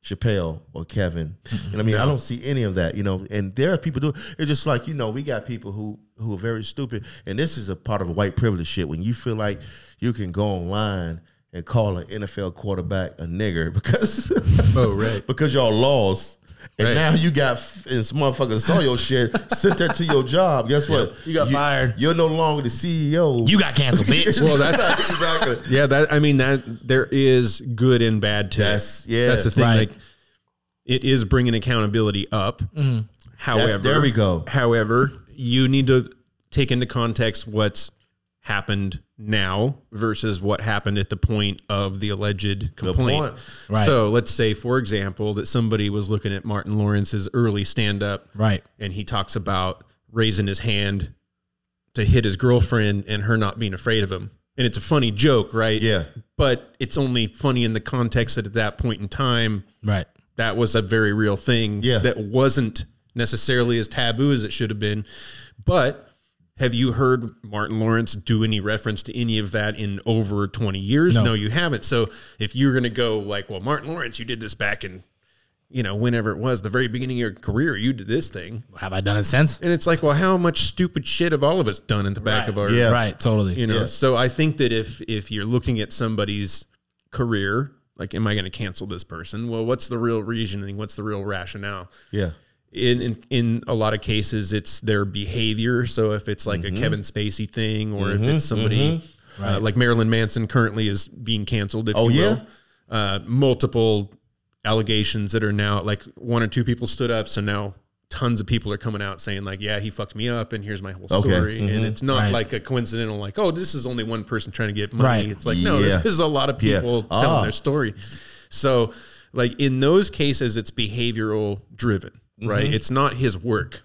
[SPEAKER 2] Chappelle or Kevin. And I mean, I don't see any of that, you know. And there are people do it's just like you know we got people who who are very stupid, and this is a part of white privilege shit. When you feel like you can go online and call an NFL quarterback a nigger because
[SPEAKER 4] Oh, right.
[SPEAKER 2] because y'all lost. And
[SPEAKER 4] Right.
[SPEAKER 2] now you got and some motherfucker saw your shit, sent that to your job. Guess what?
[SPEAKER 1] You got fired.
[SPEAKER 2] You're no longer the CEO.
[SPEAKER 1] You got canceled, bitch.
[SPEAKER 4] Well, that's
[SPEAKER 2] exactly.
[SPEAKER 4] yeah. That I mean that there is good and bad to it.
[SPEAKER 2] That's- yeah.
[SPEAKER 4] That's the thing.
[SPEAKER 1] Right.
[SPEAKER 4] Like it is bringing accountability up.
[SPEAKER 1] Mm-hmm.
[SPEAKER 4] However,
[SPEAKER 2] That's- there we go.
[SPEAKER 4] However, you need to take into context what's happened now versus what happened at the point of the alleged complaint.
[SPEAKER 2] point.
[SPEAKER 1] Right.
[SPEAKER 4] So let's say, for example, that somebody was looking at Martin Lawrence's early stand-up,
[SPEAKER 1] Right.
[SPEAKER 4] and he talks about raising his hand to hit his girlfriend and her not being afraid of him. And it's a funny joke, right?
[SPEAKER 2] Yeah.
[SPEAKER 4] But it's only funny in the context that at that point in time,
[SPEAKER 1] Right.
[SPEAKER 4] that was a very real thing
[SPEAKER 2] Yeah.
[SPEAKER 4] that wasn't necessarily as taboo as it should have been. But have you heard Martin Lawrence do any reference to any of that in over 20 years?
[SPEAKER 1] No.
[SPEAKER 4] No, you haven't. So if you're going to go like, well, Martin Lawrence, you did this back in, you know, whenever it was, the very beginning of your career, you did this thing.
[SPEAKER 1] Have I done it since?
[SPEAKER 4] And it's like, well, how much stupid shit have all of us done in the back of our,
[SPEAKER 2] Yeah.
[SPEAKER 1] Right. Totally.
[SPEAKER 4] you know? So I think that if if you're looking at somebody's career, like, am I going to cancel this person? Well, what's the real reasoning? What's the real rationale?
[SPEAKER 2] Yeah.
[SPEAKER 4] In in, in a lot of cases, it's their behavior. So if it's like
[SPEAKER 2] Mm-hmm.
[SPEAKER 4] a Kevin Spacey thing, or if it's somebody uh, like Marilyn Manson currently is being canceled, if
[SPEAKER 2] Oh,
[SPEAKER 4] you
[SPEAKER 2] yeah?
[SPEAKER 4] will, uh, multiple allegations that are now like one or two people stood up, so now tons of people are coming out saying like, yeah, he fucked me up, and here's my whole
[SPEAKER 2] Okay. Mm-hmm.
[SPEAKER 4] story, and it's not
[SPEAKER 1] Right.
[SPEAKER 4] like a coincidental like, oh, this is only one person trying to get money.
[SPEAKER 1] Right.
[SPEAKER 4] It's like no,
[SPEAKER 2] Yeah.
[SPEAKER 4] this is a lot of
[SPEAKER 2] Yeah.
[SPEAKER 4] people
[SPEAKER 2] Ah.
[SPEAKER 4] telling their story. So like in those cases, it's behavioral driven, right?
[SPEAKER 2] Mm-hmm.
[SPEAKER 4] It's not his work.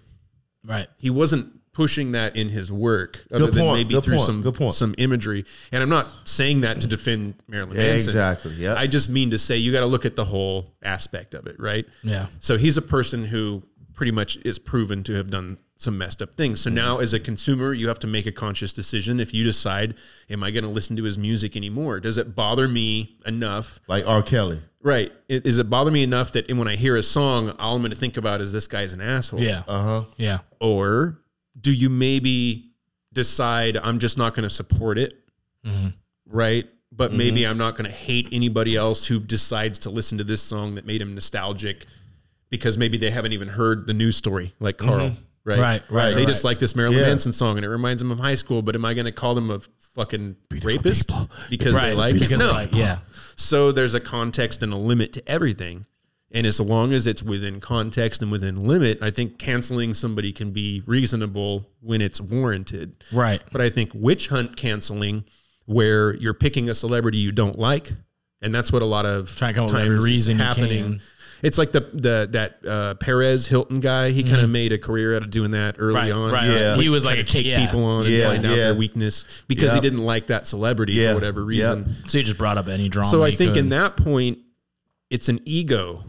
[SPEAKER 1] Right.
[SPEAKER 4] He wasn't pushing that in his work other
[SPEAKER 2] Good
[SPEAKER 4] than
[SPEAKER 2] point,
[SPEAKER 4] maybe
[SPEAKER 2] good
[SPEAKER 4] through
[SPEAKER 2] point,
[SPEAKER 4] some
[SPEAKER 2] good point.
[SPEAKER 4] some imagery and i'm not saying that to defend marilyn
[SPEAKER 2] Yeah,
[SPEAKER 4] manson
[SPEAKER 2] exactly, yep.
[SPEAKER 4] i just mean to say you got to look at the whole aspect of it right
[SPEAKER 1] Yeah.
[SPEAKER 4] so he's a person who pretty much is proven to have done some messed up things. So
[SPEAKER 2] Mm-hmm.
[SPEAKER 4] now, as a consumer, you have to make a conscious decision. If you decide, am I going to listen to his music anymore? Does it bother me enough?
[SPEAKER 2] Like R. Kelly.
[SPEAKER 4] Right? It, does it bother me enough that when I hear a song, all I'm going to think about is this guy's an asshole?
[SPEAKER 1] Yeah. Uh
[SPEAKER 2] Uh-huh.
[SPEAKER 1] huh. Yeah.
[SPEAKER 4] Or do you maybe decide I'm just not going to support it?
[SPEAKER 1] Mm-hmm.
[SPEAKER 4] Right? But maybe I'm not going to hate anybody else who decides to listen to this song that made him nostalgic because maybe they haven't even heard the news story like Carl. Right.
[SPEAKER 1] Mm-hmm. Right, right,
[SPEAKER 4] They just like this Marilyn Manson song and it reminds them of high school, but am I going to call them a fucking rapist because they like it? No.
[SPEAKER 1] Like, yeah.
[SPEAKER 4] So there's a context and a limit to everything. And as long as it's within context and within limit, I think canceling somebody can be reasonable when it's warranted.
[SPEAKER 1] Right.
[SPEAKER 4] But I think witch hunt canceling, where you're picking a celebrity you don't like, and that's what a lot of
[SPEAKER 1] Trying to come up with every
[SPEAKER 4] is
[SPEAKER 1] reason you can.
[SPEAKER 4] It's like the the that uh, Perez Hilton guy. He kind of made a career out of doing that early
[SPEAKER 1] Mm-hmm. Right.
[SPEAKER 4] on.
[SPEAKER 1] Right.
[SPEAKER 2] Yeah.
[SPEAKER 1] He was
[SPEAKER 4] Trying
[SPEAKER 1] like a
[SPEAKER 4] to take people on
[SPEAKER 2] Yeah,
[SPEAKER 4] and find out
[SPEAKER 2] yeah.
[SPEAKER 4] their weakness because
[SPEAKER 2] Yep.
[SPEAKER 4] he didn't like that celebrity
[SPEAKER 2] Yeah,
[SPEAKER 4] for whatever
[SPEAKER 2] yep.
[SPEAKER 4] reason.
[SPEAKER 1] So you just brought up any drama.
[SPEAKER 4] So I
[SPEAKER 1] you
[SPEAKER 4] think in
[SPEAKER 1] could.
[SPEAKER 4] that point, it's an ego.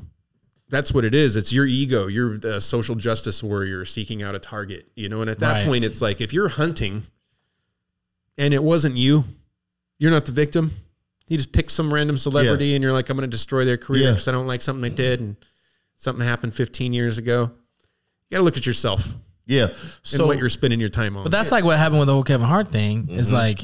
[SPEAKER 4] That's what it is. It's your ego. You're a social justice warrior seeking out a target, you know. And at that
[SPEAKER 1] Right.
[SPEAKER 4] point, it's like if you're hunting, and it wasn't you, you're not the victim. You just pick some random celebrity, and you're like, I'm going to destroy their career
[SPEAKER 2] Yeah.
[SPEAKER 4] because I don't like something they did, and something happened 15 years ago. You got to look at yourself
[SPEAKER 2] Yeah.
[SPEAKER 4] and
[SPEAKER 2] So
[SPEAKER 4] what you're spending your time on.
[SPEAKER 1] But that's like what happened with the whole Kevin Hart thing.
[SPEAKER 4] Mm-hmm.
[SPEAKER 1] Is like,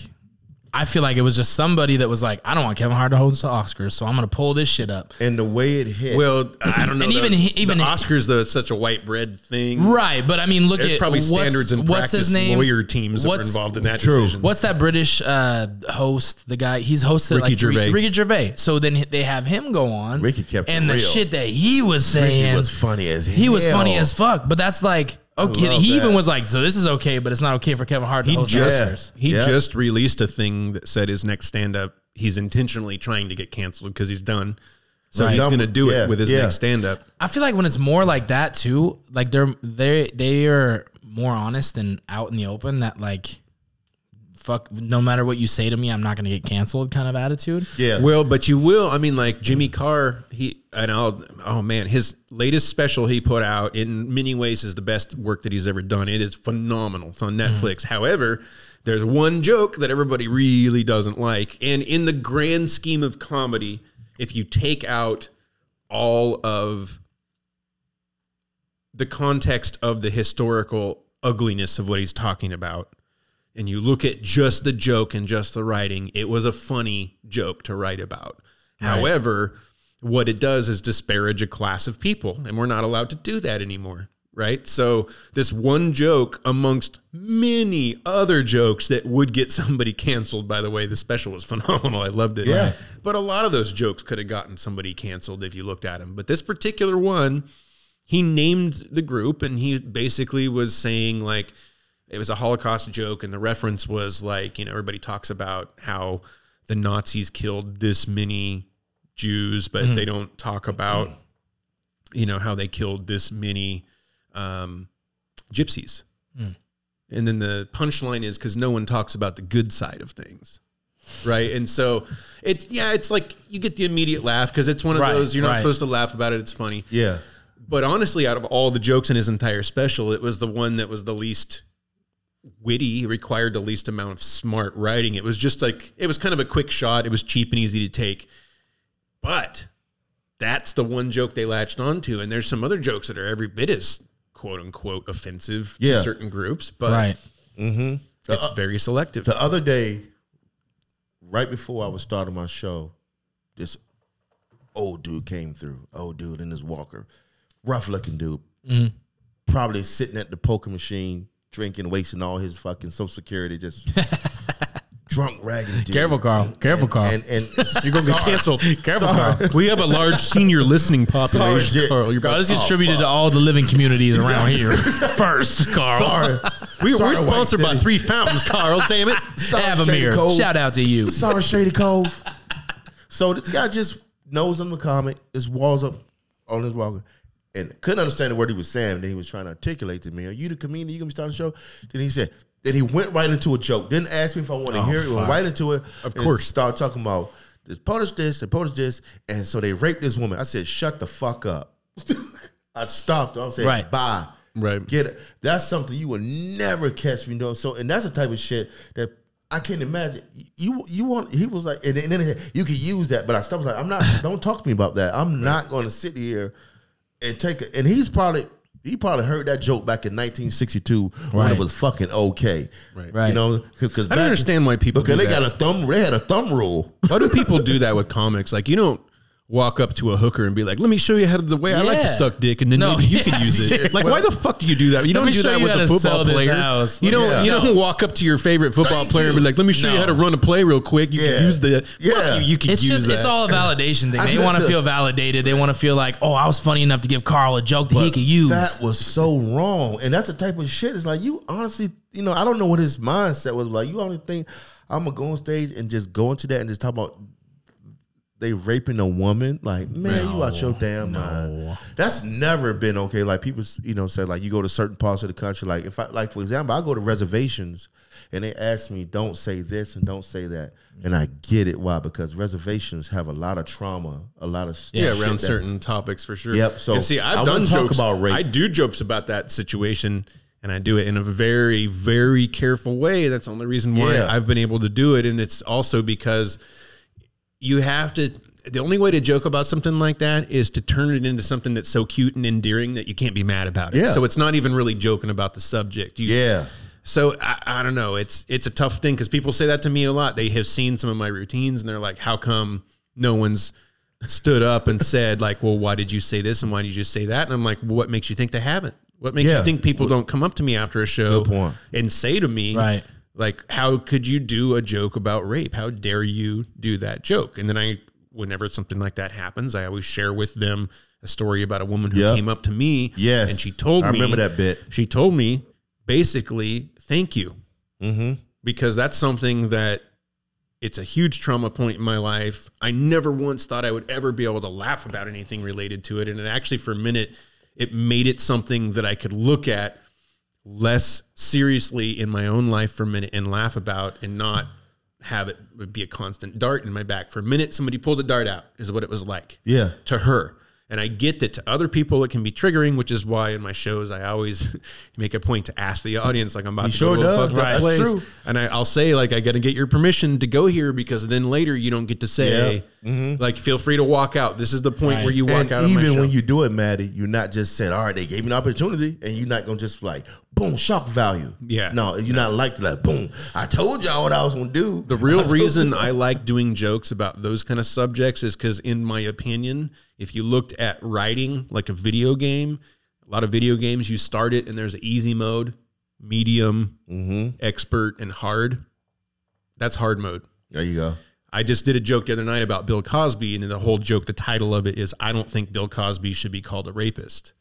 [SPEAKER 1] I feel like it was just somebody that was like, I don't want Kevin Hart to hold the Oscars, so I'm gonna pull this shit up.
[SPEAKER 2] and the way it hit.
[SPEAKER 4] well, I don't know.
[SPEAKER 1] And
[SPEAKER 4] the-
[SPEAKER 1] even he-
[SPEAKER 4] the
[SPEAKER 1] even he-
[SPEAKER 4] Oscars though, it's such a white bread thing,
[SPEAKER 1] Right, but I mean, look
[SPEAKER 4] There's
[SPEAKER 1] at
[SPEAKER 4] probably
[SPEAKER 1] what's,
[SPEAKER 4] standards and
[SPEAKER 1] what's his
[SPEAKER 4] practice
[SPEAKER 1] name?
[SPEAKER 4] lawyer teams that were
[SPEAKER 1] What's-
[SPEAKER 4] involved in that
[SPEAKER 2] True.
[SPEAKER 4] decision.
[SPEAKER 1] What's that British uh, host? The guy he's hosted
[SPEAKER 4] Ricky
[SPEAKER 1] like three-
[SPEAKER 4] Gervais.
[SPEAKER 1] Ricky Gervais. So then they have him go on.
[SPEAKER 2] Ricky kept it
[SPEAKER 1] and the
[SPEAKER 2] real.
[SPEAKER 1] shit that he was saying.
[SPEAKER 2] he was funny as
[SPEAKER 1] He was funny
[SPEAKER 2] hell.
[SPEAKER 1] as fuck, but that's like okay.
[SPEAKER 2] love
[SPEAKER 1] He even
[SPEAKER 2] that.
[SPEAKER 1] was like, "So this is okay, but it's not okay for Kevin Hart to hold the
[SPEAKER 2] just-
[SPEAKER 1] Oscars."
[SPEAKER 4] He
[SPEAKER 2] Oh, Yeah.
[SPEAKER 4] just released a thing that said his next stand up, he's intentionally trying to get canceled because he's done. So
[SPEAKER 2] Right.
[SPEAKER 4] he's going to do
[SPEAKER 2] Yeah,
[SPEAKER 4] it with his
[SPEAKER 2] yeah.
[SPEAKER 4] next stand up.
[SPEAKER 1] I feel like when it's more like that too, like they're they they are more honest and out in the open. That like, fuck, no matter what you say to me, I'm not gonna get canceled. Kind of attitude.
[SPEAKER 2] Yeah.
[SPEAKER 4] Well, but you will. I mean, like Jimmy Carr, he, and I'll, oh man, his latest special he put out in many ways is the best work that he's ever done. It is phenomenal. It's on Netflix. However, there's one joke that everybody really doesn't like. And in the grand scheme of comedy, if you take out all of the context of the historical ugliness of what he's talking about and you look at just the joke and just the writing, it was a funny joke to write about. However, what it does is disparage a class of people, and we're not allowed to do that anymore. Right. So, this one joke amongst many other jokes that would get somebody canceled, by the way, the special was phenomenal. I loved it.
[SPEAKER 2] Yeah.
[SPEAKER 4] But a lot of those jokes could have gotten somebody canceled if you looked at them. But this particular one, he named the group and he basically was saying like it was a holocaust joke and the reference was like you know everybody talks about how the nazis killed this many jews
[SPEAKER 1] Mm-hmm.
[SPEAKER 4] but they don't talk about you know how they killed this many um, gypsies
[SPEAKER 1] Mm.
[SPEAKER 4] and then the punchline is because no one talks about the good side of things right and so it's yeah it's like you get the immediate laugh because it's one of
[SPEAKER 1] Right,
[SPEAKER 4] those you're not
[SPEAKER 1] right.
[SPEAKER 4] supposed to laugh about it it's funny
[SPEAKER 2] yeah.
[SPEAKER 4] but honestly, out of all the jokes in his entire special, it was the one that was the least witty, required the least amount of smart writing. It was just like it was kind of a quick shot. It was cheap and easy to take. But that's the one joke they latched onto. And there's some other jokes that are every bit as quote unquote offensive
[SPEAKER 2] Yeah. uh,
[SPEAKER 4] to certain groups, but
[SPEAKER 1] Right.
[SPEAKER 4] it's very selective.
[SPEAKER 2] The other day, right before I was starting my show, this old dude came through. Old dude in his walker, rough looking dude,
[SPEAKER 4] Mm-hmm.
[SPEAKER 2] probably sitting at the poker machine, drinking, wasting all his fucking social security, just drunk, raggedy dude.
[SPEAKER 1] Careful, Carl. Careful, Carl.
[SPEAKER 2] And and
[SPEAKER 4] You're going to be
[SPEAKER 2] Sorry.
[SPEAKER 4] canceled. Careful,
[SPEAKER 2] Sorry.
[SPEAKER 4] Carl. We have a large senior listening population,
[SPEAKER 2] Sorry, Jay.
[SPEAKER 4] Carl. You're
[SPEAKER 1] Carl,
[SPEAKER 4] about
[SPEAKER 1] this is distributed to all the living communities around here. First, Carl.
[SPEAKER 2] Sorry,
[SPEAKER 4] we,
[SPEAKER 2] Sorry,
[SPEAKER 4] we're
[SPEAKER 2] White
[SPEAKER 4] sponsored by
[SPEAKER 2] City.
[SPEAKER 4] Three Fountains, Carl. Damn it.
[SPEAKER 2] Sorry, Shady
[SPEAKER 1] Avamere.
[SPEAKER 2] Cove.
[SPEAKER 1] Shout out to you.
[SPEAKER 2] Sorry, Shady Cove. so this guy just knows I'm a comic. His walls up on his walker. And couldn't understand the word he was saying. Then he was trying to articulate to me, Are you the comedian? You gonna be starting the show? Then he said, Then he went right into a joke. Didn't ask me if I want to hear it. Went right into it. Of
[SPEAKER 4] course.
[SPEAKER 2] Started talking about this POTUS this, the POTUS this. And so they raped this woman. I said, Shut the fuck up. I stopped. I said,
[SPEAKER 1] Right.
[SPEAKER 2] Bye.
[SPEAKER 4] Right.
[SPEAKER 2] Get it. That's something you will never catch me doing. So, and that's the type of shit that I can't imagine. You you want? He was like, and then, and then he said, you could use that, but I still was like, I'm not. don't talk to me about that. I'm not going to sit here and take it. And he's probably. He probably heard that joke back in 1962 when
[SPEAKER 1] Right.
[SPEAKER 2] it was fucking okay,
[SPEAKER 4] Right.
[SPEAKER 2] You
[SPEAKER 5] Right.
[SPEAKER 2] know, because
[SPEAKER 4] I don't understand why people
[SPEAKER 2] because
[SPEAKER 4] do
[SPEAKER 2] they
[SPEAKER 4] that.
[SPEAKER 2] got a thumb. They had a thumb rule.
[SPEAKER 4] Why do people do that with comics? Like you don't walk up to a hooker and be like, "Let me show you how to the way I like to
[SPEAKER 5] Yeah.
[SPEAKER 4] suck dick," and then
[SPEAKER 5] No,
[SPEAKER 4] maybe you can
[SPEAKER 5] yeah,
[SPEAKER 4] use it. Like, why the fuck do you do that? You don't
[SPEAKER 1] me
[SPEAKER 4] do
[SPEAKER 1] show
[SPEAKER 4] that
[SPEAKER 1] you
[SPEAKER 4] with
[SPEAKER 1] how to
[SPEAKER 4] a
[SPEAKER 1] sell
[SPEAKER 4] football
[SPEAKER 1] this
[SPEAKER 4] player.
[SPEAKER 1] house.
[SPEAKER 4] You don't.
[SPEAKER 2] Yeah.
[SPEAKER 4] You don't walk up to your favorite football
[SPEAKER 2] Thank
[SPEAKER 4] player and be
[SPEAKER 2] you.
[SPEAKER 4] like, "Let me show you
[SPEAKER 1] No.
[SPEAKER 4] how to run a play real quick." You
[SPEAKER 2] Yeah.
[SPEAKER 4] can use the.
[SPEAKER 2] Yeah.
[SPEAKER 4] Fuck you. You can
[SPEAKER 1] It's
[SPEAKER 4] use
[SPEAKER 1] just
[SPEAKER 4] that.
[SPEAKER 1] it's all a validation thing.
[SPEAKER 2] I
[SPEAKER 1] They
[SPEAKER 2] do that
[SPEAKER 1] want to
[SPEAKER 2] too.
[SPEAKER 1] feel validated. They want to feel like, oh, I was funny enough to give Carl a joke that he
[SPEAKER 2] But
[SPEAKER 1] could use.
[SPEAKER 2] That was so wrong. And that's the type of shit. It's like you honestly, you know, I don't know what his mindset was like. You only think I'm gonna go on stage and just go into that and just talk about they raping a woman. Like, man, you out your damn mind. That's never been okay. Like people, you know, say like you go to certain parts of the country. Like if I, like for example, I go to reservations and they ask me, don't say this and don't say that. And I get it why because reservations have a lot of trauma, a lot of
[SPEAKER 4] yeah,
[SPEAKER 2] shit
[SPEAKER 4] around
[SPEAKER 2] that-
[SPEAKER 4] certain topics for sure.
[SPEAKER 2] Yep, so
[SPEAKER 4] and see, I've
[SPEAKER 2] I
[SPEAKER 4] done
[SPEAKER 2] wouldn't talk
[SPEAKER 4] jokes
[SPEAKER 2] about rape.
[SPEAKER 4] I do jokes about that situation, and I do it in a very, very careful way. That's the only reason why
[SPEAKER 2] Yeah.
[SPEAKER 4] I've been able to do it, and it's also because you have to. The only way to joke about something like that is to turn it into something that's so cute and endearing that you can't be mad about it.
[SPEAKER 2] Yeah.
[SPEAKER 4] So it's not even really joking about the subject. You,
[SPEAKER 2] Yeah.
[SPEAKER 4] so I, I don't know. It's it's a tough thing because people say that to me a lot. They have seen some of my routines and they're like, "How come no one's stood up and said like, well, why did you say this and why did you say that?" And I'm like, well, "What makes you think they haven't? What makes
[SPEAKER 2] Yeah.
[SPEAKER 4] you think people don't come up to me after a show
[SPEAKER 2] Good point.
[SPEAKER 4] and say to me,
[SPEAKER 1] Right.
[SPEAKER 4] Like, how could you do a joke about rape? How dare you do that joke?" And then I, whenever something like that happens, I always share with them a story about a woman who
[SPEAKER 2] Yeah.
[SPEAKER 4] came up to me,
[SPEAKER 2] Yes.
[SPEAKER 4] and she told
[SPEAKER 2] I
[SPEAKER 4] me,
[SPEAKER 2] remember that bit.
[SPEAKER 4] she told me basically thank you
[SPEAKER 2] Mm-hmm.
[SPEAKER 4] because that's something that it's a huge trauma point in my life i never once thought i would ever be able to laugh about anything related to it and it actually for a minute it made it something that i could look at less seriously in my own life for a minute and laugh about and not have it be a constant dart in my back for a minute somebody pulled a dart out is what it was like
[SPEAKER 2] Yeah.
[SPEAKER 4] to her. And I get that to other people it can be triggering, which is why in my shows I always make a point to ask the audience, like I'm about
[SPEAKER 2] You
[SPEAKER 4] to
[SPEAKER 2] sure
[SPEAKER 4] go to a
[SPEAKER 2] does.
[SPEAKER 4] fucked up
[SPEAKER 2] Right. That's
[SPEAKER 4] place,
[SPEAKER 2] true.
[SPEAKER 4] and I, I'll say like I got to get your permission to go here because then later you don't get to say like feel free to walk out. This is the point where you walk
[SPEAKER 2] Mm-hmm. and
[SPEAKER 4] out.
[SPEAKER 2] even
[SPEAKER 4] of my show.
[SPEAKER 2] when you do it, Maddie, you're not just saying, "All right, they gave me an opportunity," and you're not gonna just like boom shock value.
[SPEAKER 4] Yeah.
[SPEAKER 2] no, you're not like that. Like, boom, I told y'all what I was gonna do.
[SPEAKER 4] The real reason I like doing jokes about those kind of subjects is because, in my opinion, if you looked at writing like a video game, a lot of video games, you start it and there's an easy mode, medium,
[SPEAKER 2] Mm-hmm.
[SPEAKER 4] expert, and hard. That's hard mode.
[SPEAKER 2] there you go.
[SPEAKER 4] I just did a joke the other night about Bill Cosby, and the whole joke, the title of it is I don't think Bill Cosby should be called a rapist.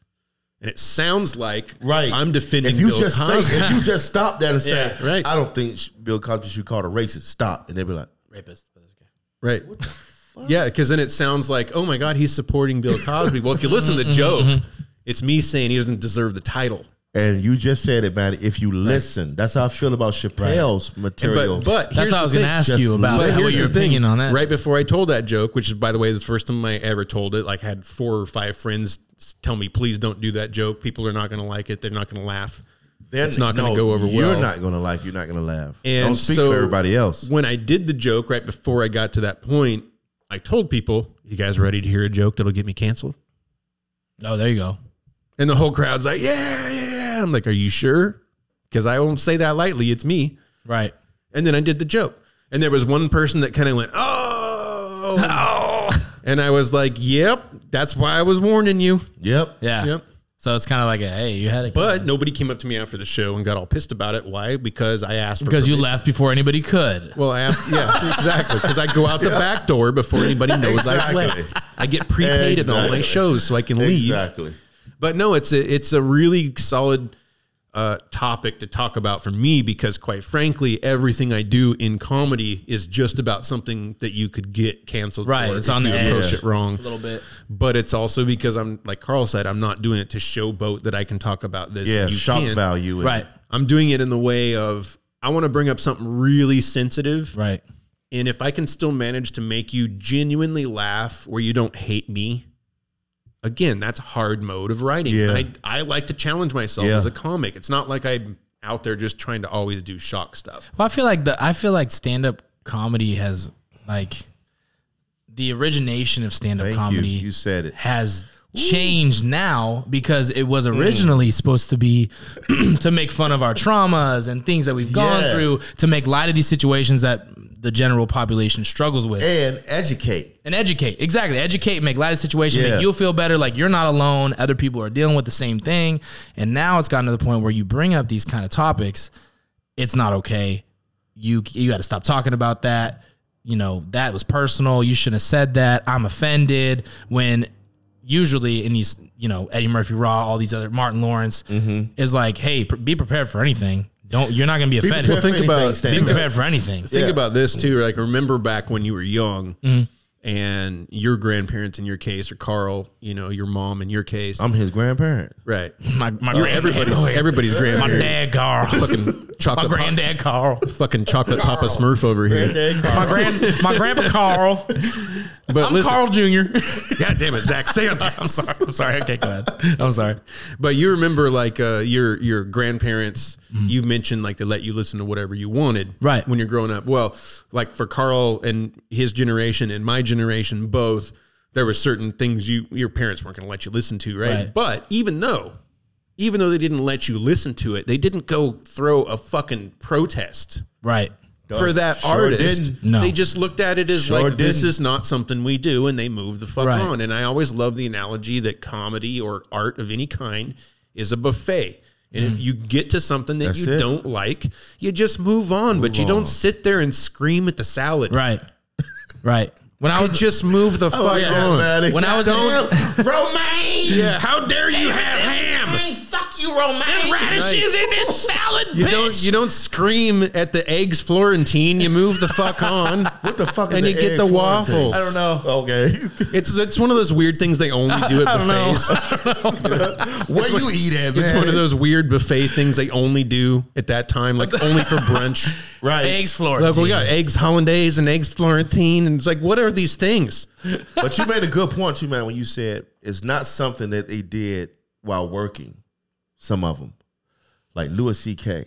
[SPEAKER 4] And it sounds like
[SPEAKER 2] Right,
[SPEAKER 4] I'm defending
[SPEAKER 2] If you
[SPEAKER 4] Bill
[SPEAKER 2] just
[SPEAKER 4] Cosby.
[SPEAKER 2] say, if you just stop that and say,
[SPEAKER 4] Yeah, right.
[SPEAKER 2] I don't think sh- Bill Cosby should be called a racist. Stop, and they'd be like,
[SPEAKER 1] Rapist. but that's okay.
[SPEAKER 4] Right. Yeah, because then it sounds like, oh my God, he's supporting Bill Cosby. well, if you listen to the
[SPEAKER 1] Mm-hmm.
[SPEAKER 4] joke, it's me saying he doesn't deserve the title.
[SPEAKER 2] and you just said it, Maddie. If you listen, that's how I feel about Chappelle's
[SPEAKER 4] And
[SPEAKER 2] material.
[SPEAKER 4] but but
[SPEAKER 1] That's
[SPEAKER 4] here's
[SPEAKER 1] what I
[SPEAKER 4] the
[SPEAKER 1] was going to
[SPEAKER 4] thing.
[SPEAKER 1] ask
[SPEAKER 2] Just
[SPEAKER 1] you about.
[SPEAKER 4] But
[SPEAKER 2] let
[SPEAKER 1] What
[SPEAKER 4] here's
[SPEAKER 1] was your
[SPEAKER 4] the thing.
[SPEAKER 1] opinion on that?
[SPEAKER 4] Right before I told that joke, which is by the way the first time I ever told it, like I had four or five friends tell me, please don't do that joke. People are not going to like it. They're not going to laugh.
[SPEAKER 2] They're-
[SPEAKER 4] it's not gonna go over
[SPEAKER 2] You're
[SPEAKER 4] well.
[SPEAKER 2] not gonna like. You're not gonna laugh.
[SPEAKER 4] And
[SPEAKER 2] don't speak
[SPEAKER 4] so
[SPEAKER 2] for everybody else.
[SPEAKER 4] When I did the joke right before I got to that point, I told people, "You guys ready to hear a joke that'll get me canceled?"
[SPEAKER 1] Oh, there you go.
[SPEAKER 4] And the whole crowd's like, yeah, yeah, yeah. I'm like, are you sure? Because I won't say that lightly. It's me.
[SPEAKER 1] Right.
[SPEAKER 4] And then I did the joke. And there was one person that kind of went, oh. And I was like, yep, that's why I was warning you.
[SPEAKER 2] Yep.
[SPEAKER 1] Yeah.
[SPEAKER 4] Yep.
[SPEAKER 1] So it's kind of like a hey, you had it,
[SPEAKER 4] But nobody came up to me after the show and got all pissed about it. Why? Because I asked for
[SPEAKER 1] because you
[SPEAKER 4] permission.
[SPEAKER 1] left before anybody could.
[SPEAKER 4] Well, I asked, yeah, exactly. Because I go out the back door before anybody knows
[SPEAKER 2] Exactly.
[SPEAKER 4] I left. I get prepaid at all my
[SPEAKER 2] Exactly.
[SPEAKER 4] shows so I can leave.
[SPEAKER 2] Exactly.
[SPEAKER 4] But no, it's a, it's a really solid uh, topic to talk about for me because, quite frankly, everything I do in comedy is just about something that you could get canceled.
[SPEAKER 1] Right,
[SPEAKER 4] for
[SPEAKER 1] it's
[SPEAKER 4] if
[SPEAKER 1] on
[SPEAKER 4] you
[SPEAKER 1] the
[SPEAKER 2] edge.
[SPEAKER 4] approach it wrong.
[SPEAKER 1] little bit.
[SPEAKER 4] But it's also because I'm like Carl said, I'm not doing it to showboat that I can talk about this.
[SPEAKER 2] Yeah.
[SPEAKER 4] and you
[SPEAKER 2] shock
[SPEAKER 4] can't.
[SPEAKER 2] value. and-
[SPEAKER 1] Right.
[SPEAKER 4] I'm doing it in the way of I want to bring up something really sensitive,
[SPEAKER 1] Right.
[SPEAKER 4] and if I can still manage to make you genuinely laugh where you don't hate me, again, that's hard mode of writing.
[SPEAKER 2] Yeah.
[SPEAKER 4] And I, I like to challenge myself
[SPEAKER 2] Yeah.
[SPEAKER 4] as a comic. It's not like I'm out there just trying to always do shock stuff.
[SPEAKER 1] Well, I feel like the I feel like stand up comedy has like the origination of stand up
[SPEAKER 2] Thank
[SPEAKER 1] comedy
[SPEAKER 2] you. You said it. Hmm.
[SPEAKER 1] has changed now because it was originally supposed to be to make fun of our traumas and things that we've gone
[SPEAKER 2] Yes.
[SPEAKER 1] through to make light of these situations that the general population struggles with
[SPEAKER 2] And educate.
[SPEAKER 1] and educate exactly educate make light of situations
[SPEAKER 2] Yeah.
[SPEAKER 1] make you feel better like you're not alone other people are dealing with the same thing and now it's gotten to the point where you bring up these kind of topics it's not okay you you got to stop talking about that you know that was personal you shouldn't have said that i'm offended when usually in these you know eddie murphy raw all these other martin lawrence
[SPEAKER 2] Mm-hmm.
[SPEAKER 1] is like hey pr- be prepared for anything don't you're not going to be offended
[SPEAKER 2] prepared
[SPEAKER 1] be
[SPEAKER 2] for
[SPEAKER 4] think about-
[SPEAKER 2] anything, stand up.
[SPEAKER 1] prepared for anything
[SPEAKER 4] Think about this too. Like remember back when you were young
[SPEAKER 1] Mm-hmm.
[SPEAKER 4] and your grandparents in your case, or Carl, you know, your mom in your case.
[SPEAKER 2] I'm his grandparent.
[SPEAKER 4] right.
[SPEAKER 1] my, my
[SPEAKER 4] You're
[SPEAKER 1] granddad-
[SPEAKER 4] everybody's everybody's
[SPEAKER 1] my
[SPEAKER 4] grandparent.
[SPEAKER 1] dad carl
[SPEAKER 4] Fucking chocolate
[SPEAKER 1] my
[SPEAKER 4] pop-
[SPEAKER 1] granddad carl
[SPEAKER 4] fucking chocolate Papa Smurf over here.
[SPEAKER 1] my grand, my grandpa Carl.
[SPEAKER 4] But
[SPEAKER 1] I'm
[SPEAKER 4] listen,
[SPEAKER 1] Carl Jr.
[SPEAKER 4] God damn it, Zach, stay on
[SPEAKER 1] I'm sorry. I'm sorry. Okay, go ahead. I'm sorry.
[SPEAKER 4] But you remember like uh, your your grandparents. You mentioned like they let you listen to whatever you wanted,
[SPEAKER 1] Right.
[SPEAKER 4] When you're growing up. Well, like for Carl and his generation and my generation, both there were certain things you your parents weren't going to let you listen to, right?
[SPEAKER 1] Right.
[SPEAKER 4] But even though, even though they didn't let you listen to it, they didn't go throw a fucking protest.
[SPEAKER 1] Right.
[SPEAKER 4] For that
[SPEAKER 2] Sure
[SPEAKER 4] artist,
[SPEAKER 2] didn't.
[SPEAKER 1] No.
[SPEAKER 4] they just looked at it as
[SPEAKER 2] Sure
[SPEAKER 4] like this
[SPEAKER 2] didn't.
[SPEAKER 4] is not something we do, and they moved the fuck
[SPEAKER 1] Right.
[SPEAKER 4] on. And I always love the analogy that comedy or art of any kind is a buffet. And
[SPEAKER 1] Mm.
[SPEAKER 4] if you get to something that
[SPEAKER 2] That's
[SPEAKER 4] you
[SPEAKER 2] it.
[SPEAKER 4] don't like, you just move on, but you
[SPEAKER 2] on.
[SPEAKER 4] don't sit there and scream at the salad.
[SPEAKER 1] Right. Right. When I
[SPEAKER 4] You
[SPEAKER 1] was
[SPEAKER 4] just move the fuck
[SPEAKER 2] like that,
[SPEAKER 4] on.
[SPEAKER 2] man.
[SPEAKER 1] Oh, when I was
[SPEAKER 2] Goddamn.
[SPEAKER 1] romaine.
[SPEAKER 4] Yeah, how dare you have ham?
[SPEAKER 1] Fuck you, romaine. There's radishes in this salad.
[SPEAKER 4] You don't you don't scream at the eggs Florentine. You move the fuck on.
[SPEAKER 2] What the fuck? is
[SPEAKER 4] And
[SPEAKER 2] an
[SPEAKER 4] you get
[SPEAKER 2] egg
[SPEAKER 4] the
[SPEAKER 2] foreign thing?
[SPEAKER 4] waffles.
[SPEAKER 1] I don't know.
[SPEAKER 2] Okay.
[SPEAKER 4] It's it's one of those weird things they only do at
[SPEAKER 1] I don't know.
[SPEAKER 4] buffets.
[SPEAKER 2] what you eat at, man?
[SPEAKER 4] It's one of those weird buffet things they only do at that time, like only for brunch.
[SPEAKER 2] right.
[SPEAKER 1] Eggs Florida.
[SPEAKER 4] Like we got eggs hollandaise and eggs Florentine, and it's like, what are these things?
[SPEAKER 2] But you made a good point, too, man, when you said it's not something that they did while working. Some of them, like Louis C.K.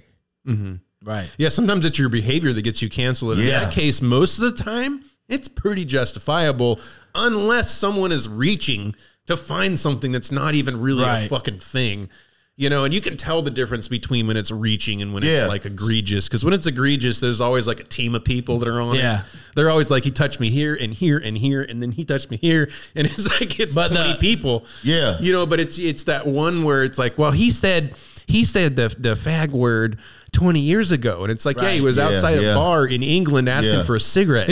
[SPEAKER 1] Right.
[SPEAKER 4] Yeah, sometimes it's your behavior that gets you canceled. In
[SPEAKER 2] Yeah.
[SPEAKER 4] that case, most of the time, it's pretty justifiable, unless someone is reaching to find something that's not even really a
[SPEAKER 1] Right.
[SPEAKER 4] fucking thing. You know, and you can tell the difference between when it's reaching and when
[SPEAKER 2] Yeah.
[SPEAKER 4] it's like egregious. Because when it's egregious, there's always like a team of people that are on
[SPEAKER 1] Yeah.
[SPEAKER 4] it. They're always like, he touched me here and here and here, and then he touched me here, and it's like it's
[SPEAKER 1] But the-
[SPEAKER 4] twenty people.
[SPEAKER 2] Yeah.
[SPEAKER 4] you know, but it's it's that one where it's like, well, he said he said the the fag word twenty years ago, and it's like, yeah, he
[SPEAKER 1] Right.
[SPEAKER 4] was
[SPEAKER 2] Yeah,
[SPEAKER 4] outside
[SPEAKER 2] yeah.
[SPEAKER 4] a bar in England asking
[SPEAKER 2] Yeah.
[SPEAKER 4] for a cigarette.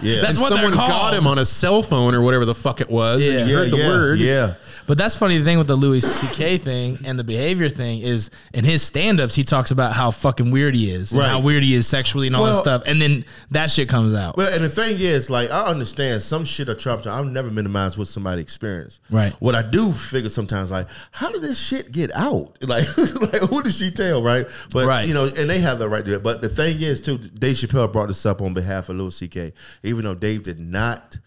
[SPEAKER 2] Yeah.
[SPEAKER 4] and
[SPEAKER 1] That's what they're
[SPEAKER 4] someone got
[SPEAKER 1] called.
[SPEAKER 4] him on a cell phone or whatever the fuck it was.
[SPEAKER 1] Yeah.
[SPEAKER 4] And you
[SPEAKER 2] yeah,
[SPEAKER 4] heard the
[SPEAKER 2] yeah,
[SPEAKER 4] word.
[SPEAKER 2] Yeah.
[SPEAKER 1] But that's funny. The thing with the Louis C.K. thing and the behavior thing is in his stand-ups, he talks about how fucking weird he is, and
[SPEAKER 2] Right.
[SPEAKER 1] how weird he is sexually and all
[SPEAKER 2] Well-
[SPEAKER 1] that stuff, and then that shit comes out.
[SPEAKER 2] Well, and the thing is, like, I understand some shit are trapped. I've never minimized what somebody experienced.
[SPEAKER 1] Right.
[SPEAKER 2] What I do figure sometimes, like, how did this shit get out? Like, like who did she tell? Right. But
[SPEAKER 1] Right.
[SPEAKER 2] you know, and they have the right to do it. But the thing is, too, Dave Chappelle brought this up on behalf of Louis C.K. Even though Dave did not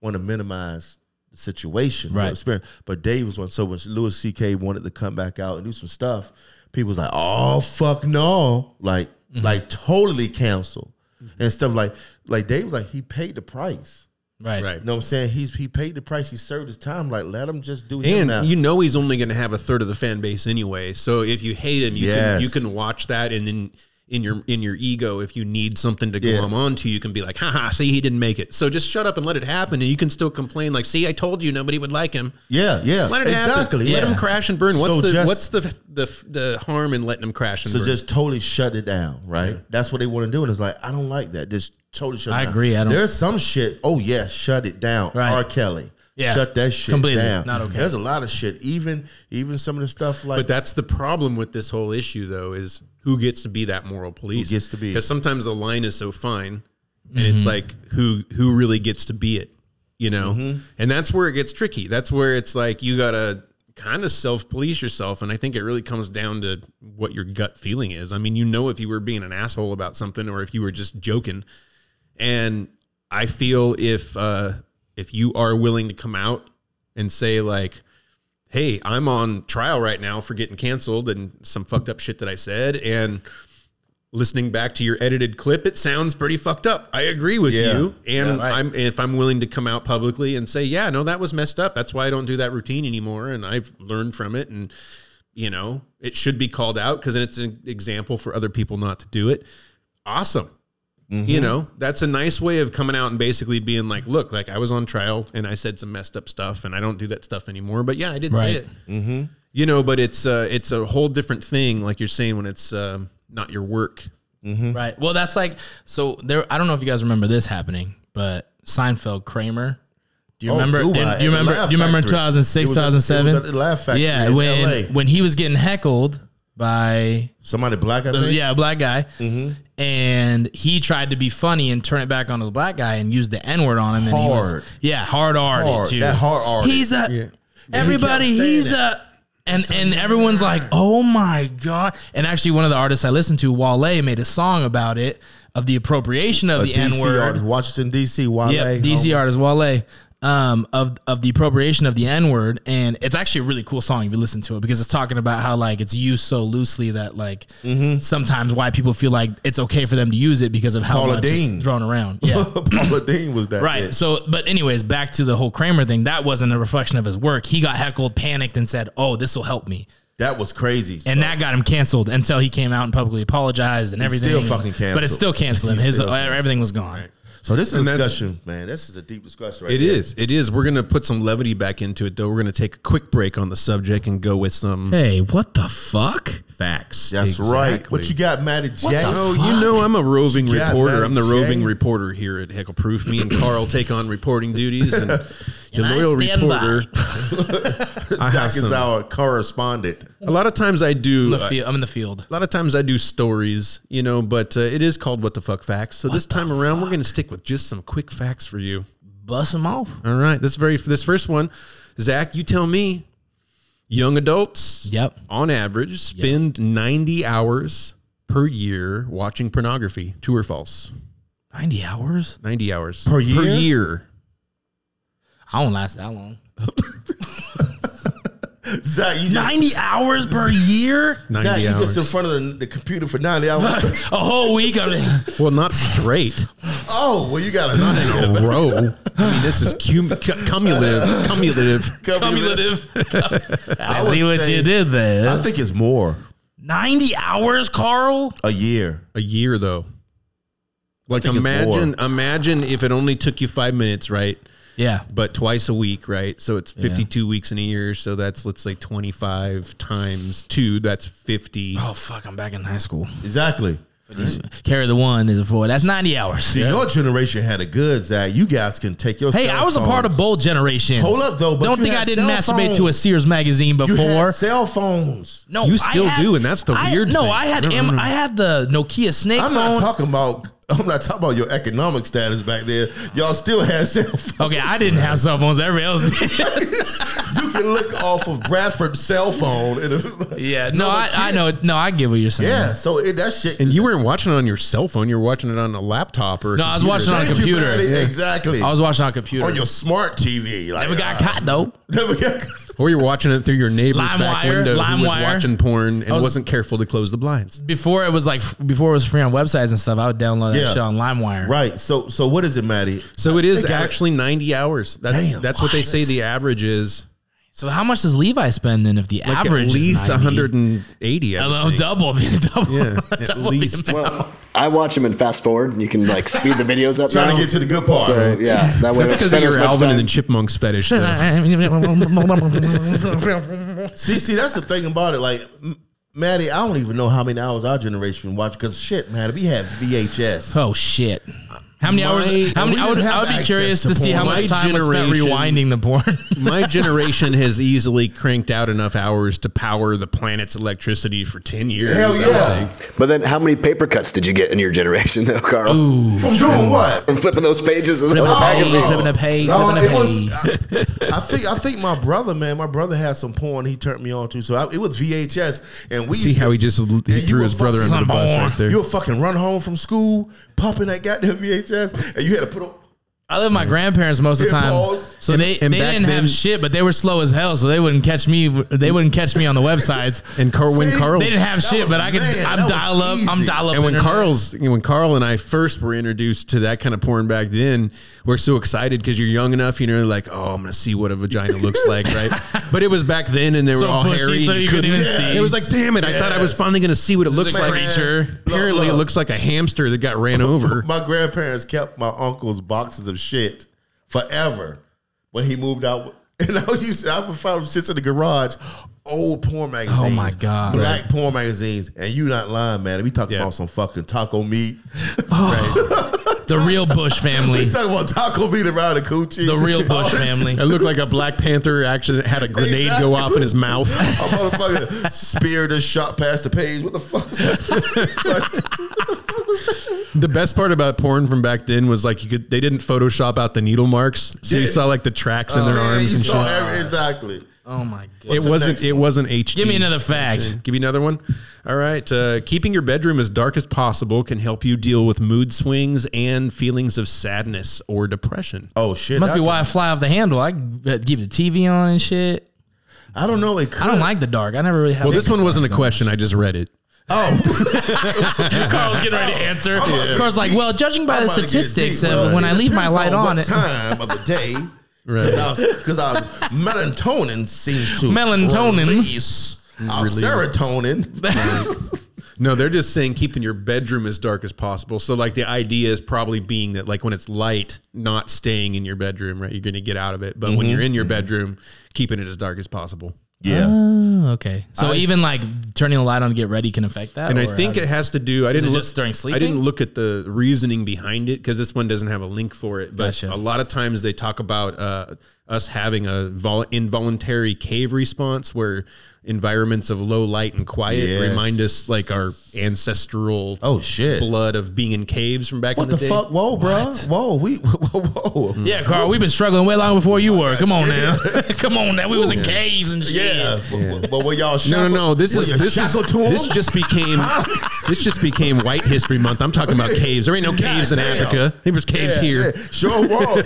[SPEAKER 2] want to minimize the situation, or
[SPEAKER 1] Right.
[SPEAKER 2] Experience, but Dave was one. So when Louis C.K. wanted to come back out and do some stuff, people was like, "Oh fuck no!" Like, like totally cancel and stuff like like Dave was like he paid the price.
[SPEAKER 1] right.
[SPEAKER 4] Right.
[SPEAKER 2] You know what I'm saying? He's he paid the price. He served his time. Like let him just do him
[SPEAKER 4] And
[SPEAKER 2] now.
[SPEAKER 4] you know he's only going to have a third of the fan base anyway. So if you hate him, you
[SPEAKER 2] Yes.
[SPEAKER 4] can you can watch that and then in your in your ego, if you need something to
[SPEAKER 2] Yeah.
[SPEAKER 4] glom onto, you can be like, haha, see he didn't make it. So just shut up and let it happen and you can still complain like, see, I told you nobody would like him.
[SPEAKER 2] yeah, yeah,
[SPEAKER 4] Let it
[SPEAKER 2] exactly.
[SPEAKER 4] happen. Let
[SPEAKER 2] yeah.
[SPEAKER 4] him crash and burn. What's
[SPEAKER 2] So
[SPEAKER 4] the
[SPEAKER 2] just-
[SPEAKER 4] what's the, the the harm in letting him crash and
[SPEAKER 2] So
[SPEAKER 4] burn?
[SPEAKER 2] just totally shut it down, right? That's what they want to do. And it's like, I don't like that. Just totally shut it
[SPEAKER 1] I
[SPEAKER 2] down.
[SPEAKER 1] agree. I don't-
[SPEAKER 2] There's some shit. Oh, yeah, shut it down.
[SPEAKER 1] Right.
[SPEAKER 2] R. Kelly.
[SPEAKER 1] Yeah.
[SPEAKER 2] Shut that shit
[SPEAKER 1] Completely.
[SPEAKER 2] down.
[SPEAKER 1] Not okay.
[SPEAKER 2] There's a lot of shit. Even even some of the stuff like
[SPEAKER 4] But that's the problem with this whole issue, though, is who gets to be that moral police?
[SPEAKER 2] gets to be it?
[SPEAKER 4] because sometimes the line is so fine, and it's like who who really gets to be it, you know?
[SPEAKER 2] Mm-hmm.
[SPEAKER 4] And that's where it gets tricky. That's where it's like you gotta kind of self police yourself, and I think it really comes down to what your gut feeling is. I mean, you know, if you were being an asshole about something, or if you were just joking, and I feel if uh, if you are willing to come out and say like, "Hey, I'm on trial right now for getting canceled and some fucked up shit that I said." And listening back to your edited clip, it sounds pretty fucked up. I agree with
[SPEAKER 2] Yeah.
[SPEAKER 4] you, and
[SPEAKER 2] Yeah, right.
[SPEAKER 4] I'm if I'm willing to come out publicly and say, "Yeah, no, that was messed up. That's why I don't do that routine anymore, and I've learned from it." And you know, it should be called out because it's an example for other people not to do it. Awesome. You know, that's a nice way of coming out and basically being like, look, like I was on trial and I said some messed up stuff and I don't do that stuff anymore. But yeah, I did say
[SPEAKER 1] Right.
[SPEAKER 4] it. Mm-hmm. You know, but it's uh, it's a whole different thing, like you're saying, when it's um, not your work.
[SPEAKER 1] Right. Well, that's like so. There, I don't know if you guys remember this happening, but Seinfeld Kramer. Do you
[SPEAKER 2] Oh,
[SPEAKER 1] remember?
[SPEAKER 2] do I?
[SPEAKER 1] and do you
[SPEAKER 2] At the
[SPEAKER 1] remember?
[SPEAKER 2] Laugh
[SPEAKER 1] Do you remember in
[SPEAKER 2] Factory.
[SPEAKER 1] 2006,
[SPEAKER 2] It was at- it was
[SPEAKER 1] 2007?
[SPEAKER 2] at the Laugh Factory
[SPEAKER 1] Yeah,
[SPEAKER 2] in
[SPEAKER 1] when
[SPEAKER 2] LA.
[SPEAKER 1] when he was getting heckled by
[SPEAKER 2] Somebody black, I
[SPEAKER 1] the-
[SPEAKER 2] think.
[SPEAKER 1] yeah, a black guy.
[SPEAKER 2] Mm-hmm.
[SPEAKER 1] And he tried to be funny and turn it back onto the black guy and use the N word on him. And he was,
[SPEAKER 2] Hard.
[SPEAKER 1] yeah, hard R.
[SPEAKER 2] Hard,
[SPEAKER 1] too.
[SPEAKER 2] that hard R.
[SPEAKER 1] He's a everybody.
[SPEAKER 2] He kept saying
[SPEAKER 1] he's a and and everyone's like, oh my god. And actually, one of the artists I listened to, Wale, made a song about it of the appropriation of
[SPEAKER 2] a
[SPEAKER 1] the
[SPEAKER 2] DC
[SPEAKER 1] N word.
[SPEAKER 2] artist, Washington D.C. Wale.
[SPEAKER 1] Yep, DC
[SPEAKER 2] homie.
[SPEAKER 1] artist Wale. Um, of of the appropriation of the N word, and it's actually a really cool song if you listen to it because it's talking about how like it's used so loosely that like
[SPEAKER 2] Mm-hmm.
[SPEAKER 1] sometimes why people feel like it's okay for them to use it because of how
[SPEAKER 2] Paula
[SPEAKER 1] much it's
[SPEAKER 2] Deen.
[SPEAKER 1] thrown around. Yeah,
[SPEAKER 2] Paula Dean was that.
[SPEAKER 1] right.
[SPEAKER 2] bitch.
[SPEAKER 1] So, but anyways, back to the whole Kramer thing. That wasn't a reflection of his work. He got heckled, panicked, and said, "Oh, this will help me,"
[SPEAKER 2] that was crazy.
[SPEAKER 1] and that got him canceled until he came out and publicly apologized and everything.
[SPEAKER 2] still fucking canceled.
[SPEAKER 1] but it's still canceled. him.
[SPEAKER 2] He's
[SPEAKER 1] His uh,
[SPEAKER 2] still-
[SPEAKER 1] everything was gone.
[SPEAKER 2] so this is a
[SPEAKER 4] And that-
[SPEAKER 2] discussion, man. This is a deep discussion, right?
[SPEAKER 4] It
[SPEAKER 2] there.
[SPEAKER 4] is. It is. We're gonna put some levity back into it, though. We're gonna take a quick break on the subject and go with some
[SPEAKER 1] Hey, what the fuck?
[SPEAKER 4] facts.
[SPEAKER 2] That's right.
[SPEAKER 4] Exactly.
[SPEAKER 2] What you got, Matty J?
[SPEAKER 4] Oh, you know I'm a roving
[SPEAKER 2] Yeah,
[SPEAKER 4] reporter.
[SPEAKER 2] man,
[SPEAKER 4] I'm the
[SPEAKER 2] Jay.
[SPEAKER 4] roving reporter here at Heckle Proof. Me and Carl take on reporting duties, and your loyal reporter.
[SPEAKER 2] Zach is
[SPEAKER 4] some-
[SPEAKER 2] our correspondent.
[SPEAKER 4] A lot of times I do. uh,
[SPEAKER 1] The field, I'm in the field.
[SPEAKER 4] a lot of times I do stories, you know, but uh, it is called "What the Fuck Facts." So this time around, we're going to stick with just some quick facts for you.
[SPEAKER 1] Bust him off.
[SPEAKER 4] All right, this very this first one, Zach, you tell me. Young adults,
[SPEAKER 1] Yep.
[SPEAKER 4] on average, spend ninety hours per year watching pornography. True or false?
[SPEAKER 1] 90 hours?
[SPEAKER 4] Ninety hours
[SPEAKER 2] Per
[SPEAKER 4] Per
[SPEAKER 2] year?
[SPEAKER 4] year.
[SPEAKER 1] I won't last that long.
[SPEAKER 2] Zach, you just,
[SPEAKER 1] hours per year?
[SPEAKER 4] Ninety
[SPEAKER 2] Zach, you
[SPEAKER 4] hours.
[SPEAKER 2] just in front of the, the computer for ninety hours.
[SPEAKER 1] A whole week of
[SPEAKER 4] Well, not straight.
[SPEAKER 2] oh, well, you got a nine
[SPEAKER 4] in a row. I mean, this is cum- cu- cumulative. Cumulative.
[SPEAKER 1] cumulative. I
[SPEAKER 2] would
[SPEAKER 1] see what
[SPEAKER 2] say-
[SPEAKER 1] you did there.
[SPEAKER 2] I think it's more
[SPEAKER 1] 90 hours, Carl?
[SPEAKER 2] a year.
[SPEAKER 4] A year though. Like
[SPEAKER 2] think it's
[SPEAKER 4] imagine, imagine if it only took you five minutes, right?
[SPEAKER 1] Yeah.
[SPEAKER 4] But twice a week, right? So it's fifty-two weeks in a year. So that's let's say twenty-five times two. That's fifty.
[SPEAKER 1] Oh, fuck, I'm back in high school.
[SPEAKER 2] Exactly.
[SPEAKER 1] Carry the one is a four. That's 90 hours.
[SPEAKER 2] See, your generation had a good Zach. You guys can take your.
[SPEAKER 1] Hey,
[SPEAKER 2] cell
[SPEAKER 1] I was a part
[SPEAKER 2] phones.
[SPEAKER 1] of both generations.
[SPEAKER 2] Hold up, though, but
[SPEAKER 1] Don't
[SPEAKER 2] you
[SPEAKER 1] think
[SPEAKER 2] had
[SPEAKER 1] I didn't
[SPEAKER 2] cell
[SPEAKER 1] masturbate
[SPEAKER 2] phones.
[SPEAKER 1] to a Sears magazine
[SPEAKER 2] You had
[SPEAKER 1] before.
[SPEAKER 2] cell phones.
[SPEAKER 1] No,
[SPEAKER 4] You
[SPEAKER 1] I
[SPEAKER 4] still
[SPEAKER 1] had-
[SPEAKER 4] do, and that's the
[SPEAKER 1] I-
[SPEAKER 4] weird
[SPEAKER 1] No,
[SPEAKER 4] thing.
[SPEAKER 1] I had
[SPEAKER 4] I don't
[SPEAKER 1] M-
[SPEAKER 4] know.
[SPEAKER 1] I had the Nokia Snake
[SPEAKER 2] I'm
[SPEAKER 1] phone.
[SPEAKER 2] not talking about. I'm not talking about your economic status back there. Y'all still had cell phones.
[SPEAKER 1] okay, I didn't have cell phones. Everybody else did.
[SPEAKER 2] You can look off of Bradford's cell phone. And
[SPEAKER 1] Yeah, no, I,
[SPEAKER 2] but
[SPEAKER 1] I know. No, I get what you're saying.
[SPEAKER 2] yeah. So it, that shit.
[SPEAKER 4] And you weren't watching it on your cell phone. You were watching it on a laptop or. a
[SPEAKER 1] No, I was
[SPEAKER 4] computer.
[SPEAKER 1] watching it on a
[SPEAKER 2] Thank you,
[SPEAKER 1] computer.
[SPEAKER 2] Maddie. Exactly.
[SPEAKER 1] I was watching on a computer.
[SPEAKER 2] on Oh, your smart TV. Like,
[SPEAKER 1] Never got
[SPEAKER 2] uh,
[SPEAKER 1] caught though.
[SPEAKER 2] Never got.
[SPEAKER 4] Or you're watching it through your neighbor's back
[SPEAKER 1] LimeWire,
[SPEAKER 4] window who was
[SPEAKER 1] LimeWire.
[SPEAKER 4] watching porn and
[SPEAKER 1] was-
[SPEAKER 4] was, not careful to close the blinds.
[SPEAKER 1] Before it was like before it was free on websites and stuff. I would download that
[SPEAKER 2] Yeah.
[SPEAKER 1] shit on LimeWire.
[SPEAKER 2] Right. So so what is it, Maddie?
[SPEAKER 4] So it is
[SPEAKER 2] got it.
[SPEAKER 4] actually 90 hours. That's
[SPEAKER 2] Damn,
[SPEAKER 4] that's
[SPEAKER 1] Oh,
[SPEAKER 4] what they
[SPEAKER 2] what?
[SPEAKER 4] say the average is.
[SPEAKER 1] So how much does Levi spend then? If the
[SPEAKER 4] Like
[SPEAKER 1] average
[SPEAKER 4] at least
[SPEAKER 1] is 100,
[SPEAKER 4] 180. I think.
[SPEAKER 1] Oh, double, double,
[SPEAKER 4] Yeah, at
[SPEAKER 1] double the
[SPEAKER 4] least.
[SPEAKER 1] amount.
[SPEAKER 6] Well, I watch them in fast forward, and you can like speed the videos up.
[SPEAKER 2] Trying to
[SPEAKER 6] now.
[SPEAKER 2] get to the good part.
[SPEAKER 6] So yeah, that way
[SPEAKER 4] That's because
[SPEAKER 6] they
[SPEAKER 4] of
[SPEAKER 6] spend as
[SPEAKER 4] your
[SPEAKER 6] much
[SPEAKER 4] Alvin
[SPEAKER 6] time.
[SPEAKER 4] and the Chipmunks fetish. Though.
[SPEAKER 2] See, see, that's the thing about it. Like, M- Maddie, I don't even know how many hours our generation watched because shit, Maddie, we had VHS.
[SPEAKER 1] Oh shit! How many
[SPEAKER 4] My-
[SPEAKER 1] hours? How many?
[SPEAKER 2] we
[SPEAKER 1] I would,
[SPEAKER 2] didn't have
[SPEAKER 1] I would be
[SPEAKER 2] access
[SPEAKER 1] curious
[SPEAKER 2] to
[SPEAKER 1] to, see
[SPEAKER 2] porn.
[SPEAKER 1] how
[SPEAKER 4] My
[SPEAKER 1] much time was spent
[SPEAKER 4] generation-
[SPEAKER 1] rewinding the porn.
[SPEAKER 4] My generation has easily cranked out enough hours to power the planet's electricity for 10 years.
[SPEAKER 2] Hell
[SPEAKER 4] I
[SPEAKER 2] yeah.
[SPEAKER 4] think.
[SPEAKER 6] But then, how many paper cuts did you get in your generation, though, Carl?
[SPEAKER 2] From doing what? Oh.
[SPEAKER 6] From flipping those pages of the Oh!
[SPEAKER 1] Flipping a page,
[SPEAKER 6] magazines.
[SPEAKER 1] flipping a page,
[SPEAKER 2] No,
[SPEAKER 1] flipping
[SPEAKER 2] it
[SPEAKER 1] a
[SPEAKER 2] was.
[SPEAKER 1] page.
[SPEAKER 2] I, I think I think my brother, man, my brother had some porn he turned me on to. So I, it was VHS, and we
[SPEAKER 4] See how he just he
[SPEAKER 2] you
[SPEAKER 4] threw
[SPEAKER 2] were
[SPEAKER 4] his brother
[SPEAKER 2] fucking
[SPEAKER 4] under the bus
[SPEAKER 1] born.
[SPEAKER 4] right there.
[SPEAKER 2] you would fucking run home from school, popping that goddamn VHS, and you had to put on
[SPEAKER 1] I live with my grandparents most of the
[SPEAKER 2] Hit
[SPEAKER 1] time,
[SPEAKER 2] pause.
[SPEAKER 1] so
[SPEAKER 4] And-
[SPEAKER 1] they
[SPEAKER 4] and
[SPEAKER 1] they
[SPEAKER 4] back
[SPEAKER 1] didn't
[SPEAKER 4] then-
[SPEAKER 1] have shit, but they were slow as hell, so they wouldn't catch me. They wouldn't catch me on the websites.
[SPEAKER 4] And Car- when
[SPEAKER 2] See?
[SPEAKER 4] Carl
[SPEAKER 1] they didn't have
[SPEAKER 2] That
[SPEAKER 1] shit,
[SPEAKER 2] was-
[SPEAKER 1] but I could.
[SPEAKER 2] man, that
[SPEAKER 1] I'm
[SPEAKER 2] was
[SPEAKER 1] dial up. I'm
[SPEAKER 2] easy.
[SPEAKER 1] dial up.
[SPEAKER 4] and when
[SPEAKER 1] internet.
[SPEAKER 4] Carl's when Carl and I first were introduced to that kind of porn back then, we're so excited because you're young enough, you know, like oh, I'm gonna see what a vagina looks like, right? But it was back then, and they were
[SPEAKER 1] So
[SPEAKER 4] all
[SPEAKER 1] bushy,
[SPEAKER 4] hairy.
[SPEAKER 1] so
[SPEAKER 4] and
[SPEAKER 1] you couldn't even see.
[SPEAKER 4] It was like, damn it! I thought I was finally gonna see what it looks
[SPEAKER 1] a
[SPEAKER 4] like.
[SPEAKER 1] creature.
[SPEAKER 4] Man, Apparently,
[SPEAKER 2] look,
[SPEAKER 4] it
[SPEAKER 2] look.
[SPEAKER 4] looks like a hamster that got ran over.
[SPEAKER 2] My grandparents kept my uncle's boxes of shit forever when he moved out. And I used to, I would find shits in the garage, old porn magazines.
[SPEAKER 1] Oh my God.
[SPEAKER 2] Black porn magazines. And you not lying, man. We talking
[SPEAKER 4] Yeah.
[SPEAKER 2] about some fucking taco meat.
[SPEAKER 1] Oh. the real Bush family,
[SPEAKER 2] We talking about taco meat around the coochie. Oh,
[SPEAKER 1] the real Bush family.
[SPEAKER 4] It looked like a Black Panther actually had a grenade go off in his mouth.
[SPEAKER 2] A motherfucker speared a shot past the page. What the fuck? Is that?
[SPEAKER 4] The best part about porn from back then was like you could they didn't Photoshop out the needle marks, so you
[SPEAKER 2] Yeah.
[SPEAKER 4] saw like the tracks in their
[SPEAKER 2] Man,
[SPEAKER 4] arms
[SPEAKER 2] you
[SPEAKER 4] and shit.
[SPEAKER 2] saw every- exactly.
[SPEAKER 1] Oh my god!
[SPEAKER 4] It
[SPEAKER 2] the
[SPEAKER 4] wasn't.
[SPEAKER 2] next
[SPEAKER 4] It wasn't HD.
[SPEAKER 1] Give me another fact.
[SPEAKER 4] Give you another one. All right. Uh, keeping your bedroom as dark as possible can help you deal with mood swings and feelings of sadness or depression.
[SPEAKER 2] Oh shit!
[SPEAKER 1] Must
[SPEAKER 2] I
[SPEAKER 1] be
[SPEAKER 2] could-
[SPEAKER 1] why I fly off the handle. I uh, keep the TV on and shit.
[SPEAKER 2] I don't know. It could.
[SPEAKER 1] I don't like the dark. I never really have.
[SPEAKER 4] Well, Oh, this one wasn't a question. I just read it.
[SPEAKER 2] Oh.
[SPEAKER 1] Carl's getting ready to answer.
[SPEAKER 2] Yeah.
[SPEAKER 1] Carl's like, well, judging by
[SPEAKER 2] I'm
[SPEAKER 1] the
[SPEAKER 2] about to get
[SPEAKER 1] statistics,
[SPEAKER 2] deep,
[SPEAKER 1] uh,
[SPEAKER 2] bro.
[SPEAKER 1] when I leave my
[SPEAKER 2] depends
[SPEAKER 1] light
[SPEAKER 2] on,
[SPEAKER 1] on,
[SPEAKER 2] what
[SPEAKER 1] it,
[SPEAKER 2] time of the day, because because our melatonin seems to
[SPEAKER 1] Melatonin.
[SPEAKER 2] release our serotonin.
[SPEAKER 4] No, they're just saying keeping your bedroom as dark as possible. So, like, the idea is probably being that, like, when it's light, not staying in your bedroom, right? You're going to get out of it. But when you're in your bedroom, keeping it as dark as possible.
[SPEAKER 2] Yeah,
[SPEAKER 1] Oh, okay. So even like turning the light on to get ready can affect that.
[SPEAKER 4] And I
[SPEAKER 1] or
[SPEAKER 4] think
[SPEAKER 1] how
[SPEAKER 4] it
[SPEAKER 1] does-
[SPEAKER 4] has to do. I didn't
[SPEAKER 1] it
[SPEAKER 4] look,
[SPEAKER 1] just during
[SPEAKER 4] I didn't
[SPEAKER 1] sleeping?
[SPEAKER 4] look at the reasoning behind it because this one doesn't have a link for it. But
[SPEAKER 1] Gotcha.
[SPEAKER 4] a lot of times they talk about uh, us having a vol- involuntary cave response where environments of low light and quiet
[SPEAKER 2] Yes.
[SPEAKER 4] remind us like our ancestral
[SPEAKER 2] Oh, shit.
[SPEAKER 4] blood of being in caves from back
[SPEAKER 2] what
[SPEAKER 4] in
[SPEAKER 2] the,
[SPEAKER 4] the, day.
[SPEAKER 2] fuck? Whoa, bro! Whoa, we whoa whoa.
[SPEAKER 1] Yeah, Carl, we've been struggling way long before you were. Come on now, come on now. We was in caves and shit.
[SPEAKER 2] Yeah, But, but were y'all
[SPEAKER 4] No,
[SPEAKER 2] shackled?
[SPEAKER 4] no, no. This
[SPEAKER 2] were
[SPEAKER 4] is
[SPEAKER 2] you
[SPEAKER 4] this is
[SPEAKER 2] shackled to 'em?
[SPEAKER 4] this just became this just became White History Month. I'm talking about caves. There ain't no caves in
[SPEAKER 2] damn.
[SPEAKER 4] Africa. There was
[SPEAKER 2] Yeah,
[SPEAKER 4] caves here.
[SPEAKER 2] yeah. Sure, whoa.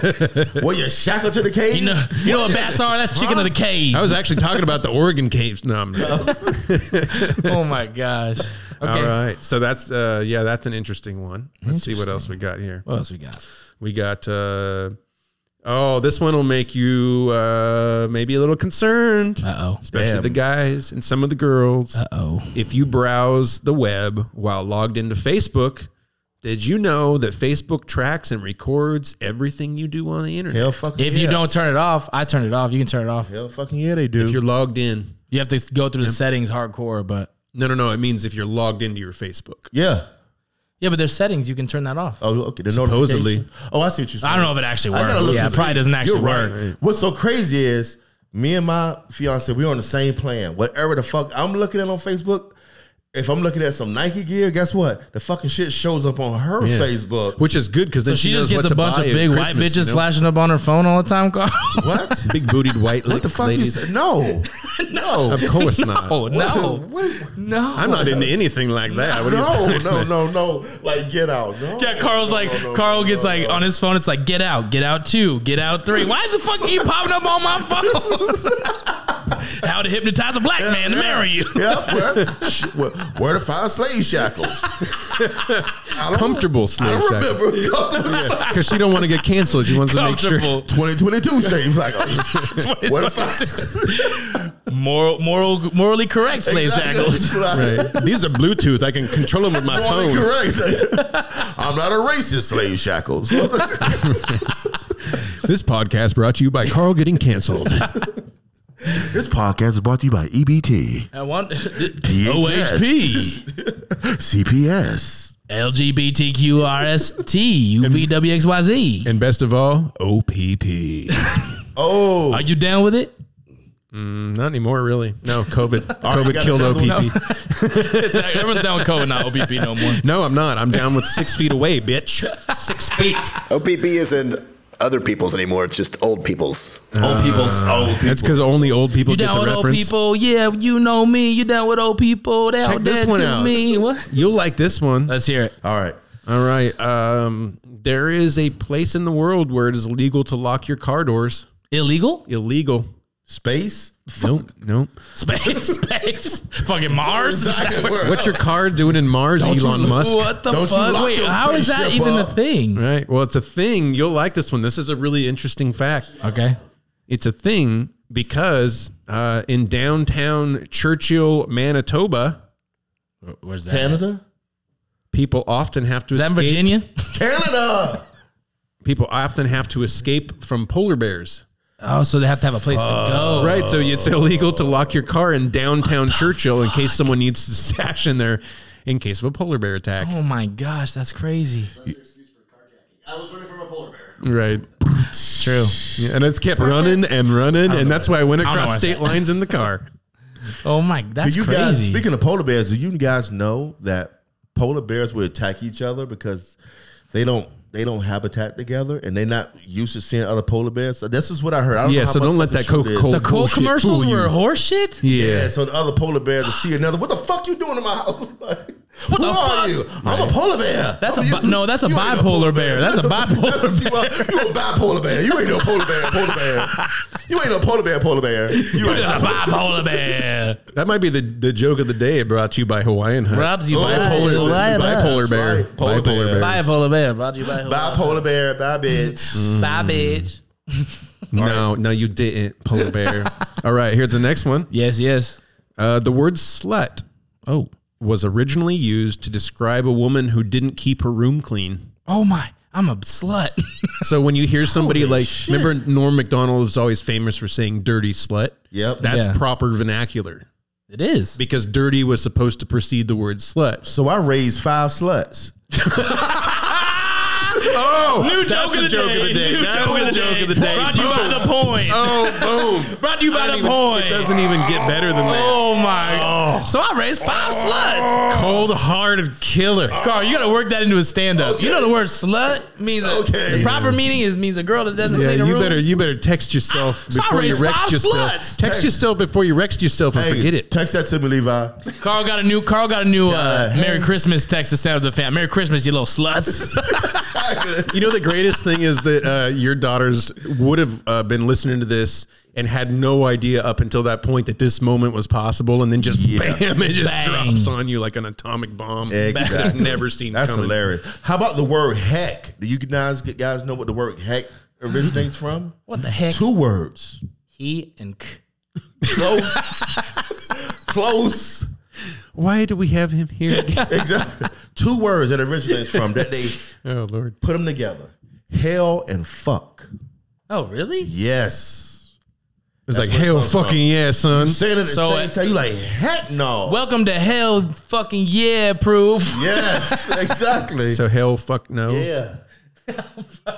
[SPEAKER 2] were you shackled to the cage?
[SPEAKER 1] You know, you know what bats are? That's chicken of the cave.
[SPEAKER 4] I was actually talking about the Oregon caves. No, I'm not.
[SPEAKER 1] oh my gosh. Okay.
[SPEAKER 4] All right. So that's uh yeah, that's an interesting one. Let's see what else we got here.
[SPEAKER 1] What else we got?
[SPEAKER 4] We got uh oh, this one will make you uh maybe a little concerned.
[SPEAKER 1] Uh oh.
[SPEAKER 4] Especially
[SPEAKER 2] Damn.
[SPEAKER 4] the guys and some of the girls.
[SPEAKER 1] Uh oh.
[SPEAKER 4] If you browse the web while logged into Facebook, did you know that Facebook tracks and records everything you do on the internet?
[SPEAKER 2] Hell fucking
[SPEAKER 1] If
[SPEAKER 2] yeah.
[SPEAKER 1] you don't turn it off, I turn it off. You can turn it off.
[SPEAKER 2] hell fucking yeah, they do.
[SPEAKER 4] If you're logged in.
[SPEAKER 1] You have to go through the settings hardcore, but
[SPEAKER 4] No, no, no. It means if you're logged into your Facebook.
[SPEAKER 2] yeah.
[SPEAKER 1] yeah, but there's settings you can turn that off.
[SPEAKER 2] Oh, okay. The
[SPEAKER 4] Supposedly.
[SPEAKER 2] notification. Oh, I see what you're saying.
[SPEAKER 1] I don't know if it actually
[SPEAKER 2] I gotta
[SPEAKER 1] works.
[SPEAKER 2] look
[SPEAKER 1] Yeah,
[SPEAKER 2] and
[SPEAKER 1] it probably
[SPEAKER 2] see.
[SPEAKER 1] doesn't actually
[SPEAKER 2] You're right.
[SPEAKER 1] work.
[SPEAKER 2] What's so crazy is me and my fiance, we're on the same plan. Whatever the fuck I'm looking at on Facebook, if I'm looking at some Nike gear, guess what? The fucking shit shows up on her
[SPEAKER 4] Yeah.
[SPEAKER 2] Facebook.
[SPEAKER 4] Which is good because then
[SPEAKER 1] So
[SPEAKER 4] she,
[SPEAKER 1] she just
[SPEAKER 4] knows what
[SPEAKER 1] gets
[SPEAKER 4] to
[SPEAKER 1] a bunch
[SPEAKER 4] buy
[SPEAKER 1] of
[SPEAKER 4] at
[SPEAKER 1] big white
[SPEAKER 4] Christmas,
[SPEAKER 1] bitches
[SPEAKER 4] you know?
[SPEAKER 1] flashing up on her phone all the time, Carl.
[SPEAKER 2] what?
[SPEAKER 4] big bootied white.
[SPEAKER 2] what the fuck
[SPEAKER 4] ladies.
[SPEAKER 2] you said? No. no.
[SPEAKER 4] Of course not.
[SPEAKER 1] Oh no, no.
[SPEAKER 4] I'm not into anything like that. What do you-
[SPEAKER 2] No, no, no, no. Like get out. No.
[SPEAKER 1] Yeah, Carl's
[SPEAKER 2] No,
[SPEAKER 1] like
[SPEAKER 2] no, no,
[SPEAKER 1] Carl
[SPEAKER 2] no,
[SPEAKER 1] gets
[SPEAKER 2] no,
[SPEAKER 1] like
[SPEAKER 2] no.
[SPEAKER 1] on his phone. It's like get out, get out two, get out three. Why the fuck you popping up on my phone? How to hypnotize a black man to marry you?
[SPEAKER 2] Yeah, where, sh- where, where to find slave shackles? I don't,
[SPEAKER 4] comfortable
[SPEAKER 2] I
[SPEAKER 4] slave
[SPEAKER 2] don't
[SPEAKER 4] shack
[SPEAKER 2] remember. Comfortable
[SPEAKER 4] because she don't want to get canceled. She wants to make sure.
[SPEAKER 1] Comfortable.
[SPEAKER 2] 2022 slave shackles. What if I,
[SPEAKER 1] Moral, moral, morally correct slave shackles.
[SPEAKER 2] Right.
[SPEAKER 4] Right. These are Bluetooth. I can control them with my phone.
[SPEAKER 2] Correct. I'm not a racist, slave shackles.
[SPEAKER 4] This podcast brought to you by Carl getting canceled.
[SPEAKER 2] this podcast is brought to you by E EBT,
[SPEAKER 1] I want
[SPEAKER 2] DHS.
[SPEAKER 1] OHP,
[SPEAKER 2] CPS.
[SPEAKER 1] LGBTQRST, UVWXYZ.
[SPEAKER 4] and best of all, OPP.
[SPEAKER 2] Oh,
[SPEAKER 1] Are you down with it?
[SPEAKER 4] Not anymore, really. No, COVID.
[SPEAKER 2] you
[SPEAKER 4] COVID
[SPEAKER 2] got
[SPEAKER 4] killed
[SPEAKER 2] another one?
[SPEAKER 4] OPP.
[SPEAKER 1] It's like, everyone's down with COVID, not OBP no more.
[SPEAKER 4] No, I'm not. I'm down with six feet away, bitch. Six feet.
[SPEAKER 6] OPP isn't other people's anymore. It's just old people's.
[SPEAKER 1] old people's.
[SPEAKER 2] oh,
[SPEAKER 4] That's because only old people
[SPEAKER 1] You
[SPEAKER 4] get
[SPEAKER 1] down
[SPEAKER 4] the
[SPEAKER 1] with old
[SPEAKER 4] reference.
[SPEAKER 1] people? Yeah, you know me. You down with old people? They
[SPEAKER 4] Check
[SPEAKER 1] out
[SPEAKER 4] this
[SPEAKER 1] there
[SPEAKER 4] one
[SPEAKER 1] to
[SPEAKER 4] out.
[SPEAKER 1] me. What?
[SPEAKER 4] You'll like this one.
[SPEAKER 1] Let's hear it.
[SPEAKER 2] all right.
[SPEAKER 4] All right. Um, There is a place in the world where it is illegal to lock your car doors.
[SPEAKER 1] Illegal?
[SPEAKER 4] Illegal.
[SPEAKER 2] Space?
[SPEAKER 4] Nope. Nope.
[SPEAKER 1] Space, space, fucking Mars. Is that where-
[SPEAKER 4] What's your car doing in Mars,
[SPEAKER 2] Don't you
[SPEAKER 4] Elon
[SPEAKER 2] look-
[SPEAKER 4] Musk?
[SPEAKER 1] what the
[SPEAKER 2] Don't you
[SPEAKER 1] fuck?
[SPEAKER 2] lock
[SPEAKER 1] Wait,
[SPEAKER 2] your
[SPEAKER 1] how is that
[SPEAKER 2] spaceship
[SPEAKER 1] even
[SPEAKER 2] up.
[SPEAKER 1] a thing?
[SPEAKER 4] Right. Well, it's a thing. You'll like this one. This is a really interesting fact.
[SPEAKER 1] Okay.
[SPEAKER 4] It's a thing because uh, in downtown Churchill, Manitoba,
[SPEAKER 1] Wh- Where's that? at?
[SPEAKER 2] Canada?
[SPEAKER 4] people often have to
[SPEAKER 1] Is that in
[SPEAKER 4] escape-
[SPEAKER 1] Virginia?
[SPEAKER 2] Canada!
[SPEAKER 4] People often have to escape from polar bears.
[SPEAKER 1] Oh, so they have to have a place to go.
[SPEAKER 4] Right, so it's illegal to lock your car in downtown Churchill in case someone needs to stash in there in case of a polar bear attack.
[SPEAKER 1] Oh my gosh, that's crazy.
[SPEAKER 7] I was running from a polar bear.
[SPEAKER 4] Right.
[SPEAKER 1] True.
[SPEAKER 4] Yeah, and it's kept running and running, and that's why I went
[SPEAKER 1] I don't know
[SPEAKER 4] across
[SPEAKER 1] why I
[SPEAKER 4] state
[SPEAKER 1] said-
[SPEAKER 4] lines in the car.
[SPEAKER 1] Oh my, that's
[SPEAKER 2] do you
[SPEAKER 1] crazy.
[SPEAKER 2] guys speaking of polar bears, do you guys know that polar bears will attack each other because they don't they don't habitat together and they're not used to seeing other polar bears? So this is what I heard. I don't
[SPEAKER 4] Yeah,
[SPEAKER 2] know how
[SPEAKER 4] so
[SPEAKER 2] much
[SPEAKER 4] don't let
[SPEAKER 2] fucking
[SPEAKER 4] that
[SPEAKER 2] truth is.
[SPEAKER 4] Coca-Cola-
[SPEAKER 1] the coal
[SPEAKER 4] Bullshit
[SPEAKER 1] commercials
[SPEAKER 4] Oh, fool you.
[SPEAKER 1] were horseshit.
[SPEAKER 2] Yeah,
[SPEAKER 4] Yeah.
[SPEAKER 2] so the other polar bear to see another. What the fuck you doing in my house?
[SPEAKER 1] What
[SPEAKER 2] Like, who
[SPEAKER 1] the
[SPEAKER 2] are
[SPEAKER 1] fuck?
[SPEAKER 2] you? I'm a polar bear.
[SPEAKER 1] That's
[SPEAKER 2] I'm
[SPEAKER 1] a bi- no, that's a
[SPEAKER 2] you ain't
[SPEAKER 1] bipolar bear. That's a bipolar
[SPEAKER 2] that's what you are. You a bipolar bear. You ain't no polar bear. Polar bear. You ain't no polar bear. Polar bear. You ain't
[SPEAKER 1] There's a bipolar bear.
[SPEAKER 4] That might be the, the joke of the day brought to you by Hawaiian Hut.
[SPEAKER 1] Brought to you by
[SPEAKER 4] bipolar,
[SPEAKER 1] Hawaiian Hut.
[SPEAKER 4] bipolar bear.
[SPEAKER 2] Right, polar
[SPEAKER 4] bipolar
[SPEAKER 2] bear.
[SPEAKER 4] bear.
[SPEAKER 1] Bipolar bear. Brought to you by Hawaii.
[SPEAKER 2] bipolar bear. Bye, bitch.
[SPEAKER 4] Mm.
[SPEAKER 1] Bye, bitch.
[SPEAKER 4] No, no, you didn't, polar bear. All right, here's the next one.
[SPEAKER 1] Yes, yes.
[SPEAKER 4] Uh, the word slut
[SPEAKER 1] Oh.
[SPEAKER 4] was originally used to describe a woman who didn't keep her room clean.
[SPEAKER 1] Oh my, I'm a slut.
[SPEAKER 4] So when you hear somebody
[SPEAKER 2] Holy
[SPEAKER 4] like,
[SPEAKER 2] shit.
[SPEAKER 4] remember Norm McDonald is always famous for saying dirty slut?
[SPEAKER 2] Yep.
[SPEAKER 4] That's
[SPEAKER 1] Yeah.
[SPEAKER 4] proper vernacular
[SPEAKER 1] it is.
[SPEAKER 4] because dirty was supposed to precede the word slut.
[SPEAKER 2] so I raised five sluts. oh,
[SPEAKER 1] New joke,
[SPEAKER 4] the joke of the day. That's the joke of the day.
[SPEAKER 1] Brought to you by the point.
[SPEAKER 4] Oh, boom.
[SPEAKER 1] Brought to you by the point.
[SPEAKER 4] It doesn't even get better than that.
[SPEAKER 1] Oh my! So I raised
[SPEAKER 4] Oh.
[SPEAKER 1] five sluts.
[SPEAKER 4] Cold hearted killer.
[SPEAKER 1] Carl, you gotta work that into a stand-up. You know the word "slut" means a,
[SPEAKER 2] Okay.
[SPEAKER 1] the proper meaning is means a girl that doesn't
[SPEAKER 4] Yeah,
[SPEAKER 1] clean
[SPEAKER 4] you
[SPEAKER 1] the room.
[SPEAKER 4] better you better text yourself
[SPEAKER 1] so I
[SPEAKER 4] before you
[SPEAKER 1] raised
[SPEAKER 4] rext
[SPEAKER 1] five
[SPEAKER 4] yourself.
[SPEAKER 1] sluts.
[SPEAKER 4] Text yourself before you rext yourself and
[SPEAKER 2] Hey,
[SPEAKER 4] forget it.
[SPEAKER 2] Text that to me, Levi.
[SPEAKER 1] Carl got a new. Carl got a new. Uh,
[SPEAKER 2] God.
[SPEAKER 1] Merry Christmas text to stand up to the fan. Merry Christmas, you little sluts.
[SPEAKER 4] You know the greatest thing is that uh, your daughters would have uh, been listening to this and had no idea up until that point that this moment was possible, and then just
[SPEAKER 2] Yeah.
[SPEAKER 4] bam, it just
[SPEAKER 1] Bang.
[SPEAKER 4] drops on you like an atomic bomb.
[SPEAKER 2] Exactly.
[SPEAKER 4] Never seen
[SPEAKER 2] That's
[SPEAKER 4] coming.
[SPEAKER 2] hilarious. How about the word heck? Do you guys guys know what the word heck originates from?
[SPEAKER 1] what the heck?
[SPEAKER 2] Two words.
[SPEAKER 1] He and K.
[SPEAKER 2] Close. Close.
[SPEAKER 4] Why do we have him here?
[SPEAKER 2] Exactly. Two words that originates from that they
[SPEAKER 4] oh Lord,
[SPEAKER 2] put them together. Hell and fuck.
[SPEAKER 1] Oh, really?
[SPEAKER 2] Yes.
[SPEAKER 4] it's like hell fucking yeah, son.
[SPEAKER 2] Saying it at the
[SPEAKER 1] So,
[SPEAKER 2] same
[SPEAKER 1] uh,
[SPEAKER 2] time, you like heck no.
[SPEAKER 1] Welcome to hell, fucking yeah, proof.
[SPEAKER 2] yes. Exactly.
[SPEAKER 4] So hell fuck no.
[SPEAKER 2] yeah.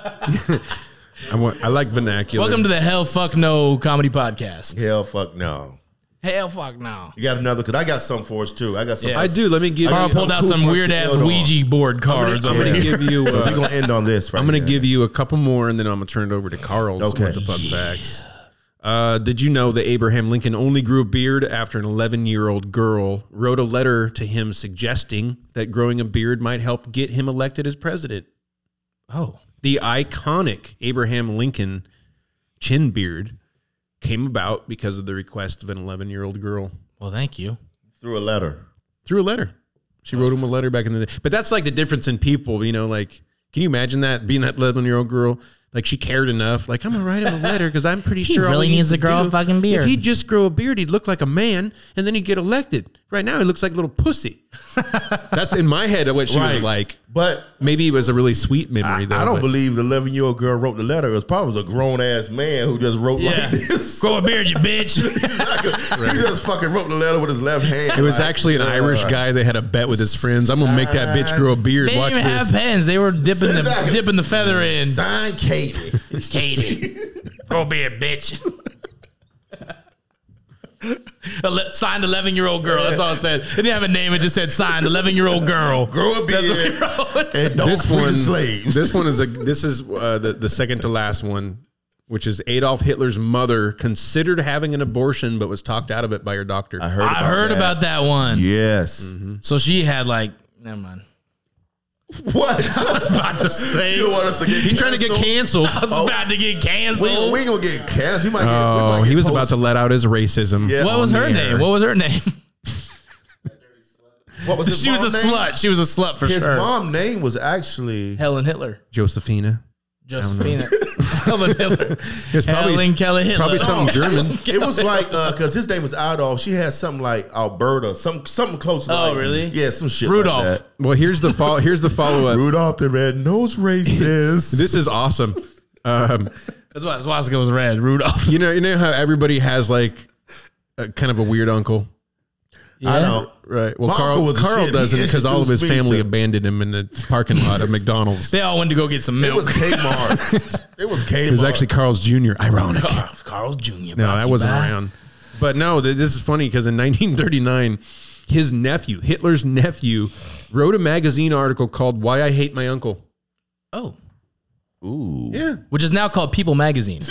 [SPEAKER 4] I want. I like vernacular.
[SPEAKER 1] Welcome to the hell fuck no comedy podcast.
[SPEAKER 2] Hell fuck no.
[SPEAKER 1] Hell fuck no.
[SPEAKER 2] You got another because I got some for us too. I got some.
[SPEAKER 1] Yeah.
[SPEAKER 2] for
[SPEAKER 4] I
[SPEAKER 2] us.
[SPEAKER 4] do. Let me give.
[SPEAKER 1] Carl
[SPEAKER 4] you,
[SPEAKER 1] pulled out
[SPEAKER 2] cool
[SPEAKER 1] some
[SPEAKER 2] for us
[SPEAKER 1] weird
[SPEAKER 2] to
[SPEAKER 1] ass
[SPEAKER 2] build on.
[SPEAKER 1] Ouija board cards
[SPEAKER 4] I'm
[SPEAKER 1] over
[SPEAKER 4] gonna
[SPEAKER 1] here.
[SPEAKER 4] give you.
[SPEAKER 2] But we're
[SPEAKER 4] Uh,
[SPEAKER 2] gonna end on this. Right
[SPEAKER 4] I'm gonna
[SPEAKER 2] here.
[SPEAKER 4] give you a couple more, and then I'm gonna turn it over to Carl.
[SPEAKER 2] Okay.
[SPEAKER 4] What the fuck facts? Uh, did you know that Abraham Lincoln only grew a beard after an 11 year old girl wrote a letter to him suggesting that growing a beard might help get him elected as president?
[SPEAKER 1] Oh.
[SPEAKER 4] The iconic Abraham Lincoln chin beard came about because of the request of an 11 year old girl
[SPEAKER 1] Well, thank you.
[SPEAKER 2] through a letter.
[SPEAKER 4] through a letter. She wrote him a letter back in the day. But that's like the difference in people, you know, like, can you imagine that being that 11 year old girl? Like she cared enough. Like I'm gonna write him a letter because I'm pretty sure all
[SPEAKER 1] really
[SPEAKER 4] he
[SPEAKER 1] needs to grow a
[SPEAKER 4] do-
[SPEAKER 1] fucking
[SPEAKER 4] If
[SPEAKER 1] beard.
[SPEAKER 4] he'd just grow a beard, he'd look like a man, and then he'd get elected. Right now, he looks like a little pussy. That's in my head of what she was
[SPEAKER 2] Right.
[SPEAKER 4] like.
[SPEAKER 2] But
[SPEAKER 4] Maybe it was a really sweet memory.
[SPEAKER 2] I,
[SPEAKER 4] though,
[SPEAKER 2] I don't
[SPEAKER 4] but-
[SPEAKER 2] believe the 11 year old girl wrote the letter. It was probably was a grown ass man who just wrote
[SPEAKER 1] Yeah.
[SPEAKER 2] like this.
[SPEAKER 1] Grow a beard, you bitch.
[SPEAKER 2] Exactly. He just fucking wrote the letter with his left hand.
[SPEAKER 4] It was actually an Irish guy that had a bet with his friends. I'm gonna make that bitch grow a beard.
[SPEAKER 1] They didn't
[SPEAKER 4] Watch
[SPEAKER 1] even have
[SPEAKER 4] this.
[SPEAKER 1] pens. They were dipping the
[SPEAKER 2] Exactly.
[SPEAKER 1] dipping the feather in.
[SPEAKER 2] Sign Katie.
[SPEAKER 1] Katie, grow a beard, bitch. Ele- signed eleven year old girl. That's all it said. It didn't have a name. It just said signed eleven year old girl.
[SPEAKER 2] Grow a
[SPEAKER 1] That's what he
[SPEAKER 2] beard
[SPEAKER 1] wrote.
[SPEAKER 2] and don't
[SPEAKER 4] this
[SPEAKER 2] Oh, free
[SPEAKER 4] one,
[SPEAKER 2] the slaves.
[SPEAKER 4] this one is a this is uh, the the second to last one, which is Adolf Hitler's mother considered having an abortion but was talked out of it by her doctor.
[SPEAKER 2] heard
[SPEAKER 1] I heard about that one.
[SPEAKER 2] Yes.
[SPEAKER 1] So she had like, never mind.
[SPEAKER 2] What?
[SPEAKER 1] I was about to say.
[SPEAKER 2] you want us to get
[SPEAKER 4] He's trying to get canceled.
[SPEAKER 1] I was about to get
[SPEAKER 2] We,
[SPEAKER 1] canceled.
[SPEAKER 2] we gonna get canceled. You might get, we might
[SPEAKER 4] Oh,
[SPEAKER 2] get
[SPEAKER 4] he was
[SPEAKER 2] posted.
[SPEAKER 4] about to let out his racism.
[SPEAKER 2] Yeah.
[SPEAKER 1] what was
[SPEAKER 4] on
[SPEAKER 1] her
[SPEAKER 4] the air.
[SPEAKER 1] name? What was her name?
[SPEAKER 2] What was his
[SPEAKER 1] she was
[SPEAKER 2] mom's
[SPEAKER 1] a
[SPEAKER 2] name?
[SPEAKER 1] slut. She was a slut for
[SPEAKER 2] His
[SPEAKER 1] sure.
[SPEAKER 2] mom name was actually
[SPEAKER 5] Helen Hitler.
[SPEAKER 4] Josephina.
[SPEAKER 5] Josephina. Helen Hitler.
[SPEAKER 4] It's probably
[SPEAKER 5] Helen Keller Hitler.
[SPEAKER 4] probably something German.
[SPEAKER 2] it was like because his name was Adolf. She had something like Alberta, some something close.
[SPEAKER 5] Oh,
[SPEAKER 2] like-
[SPEAKER 5] really?
[SPEAKER 2] Yeah, some shit.
[SPEAKER 1] Rudolph.
[SPEAKER 2] Like that.
[SPEAKER 4] Well, here's the fo- here's the follow up.
[SPEAKER 2] Rudolph the red nose racist.
[SPEAKER 4] This is awesome. Um,
[SPEAKER 1] That's why Swastika was red. Rudolph.
[SPEAKER 4] you know, you know how everybody has like a, kind of a weird uncle,
[SPEAKER 2] I don't.
[SPEAKER 4] right? Well,
[SPEAKER 2] My
[SPEAKER 4] Carl
[SPEAKER 2] uncle was the
[SPEAKER 4] Carl
[SPEAKER 2] shit.
[SPEAKER 4] doesn't
[SPEAKER 2] He
[SPEAKER 4] because all of his
[SPEAKER 2] introduced me
[SPEAKER 4] family
[SPEAKER 2] to-
[SPEAKER 4] abandoned him in the parking lot of McDonald's.
[SPEAKER 1] They all went to go get some
[SPEAKER 2] It
[SPEAKER 1] milk.
[SPEAKER 2] was Kmart. it was Kmart.
[SPEAKER 4] It was actually Carl's Jr. Ironic.
[SPEAKER 1] Carl, Carl Jr.
[SPEAKER 4] No,
[SPEAKER 1] brought
[SPEAKER 4] that
[SPEAKER 1] you
[SPEAKER 4] wasn't
[SPEAKER 1] back.
[SPEAKER 4] around. But no, th- this is funny because in 1939, his nephew, Hitler's nephew, wrote a magazine article called "Why I Hate My Uncle."
[SPEAKER 1] Oh,
[SPEAKER 2] Ooh.
[SPEAKER 4] Yeah.
[SPEAKER 1] which is now called People Magazine.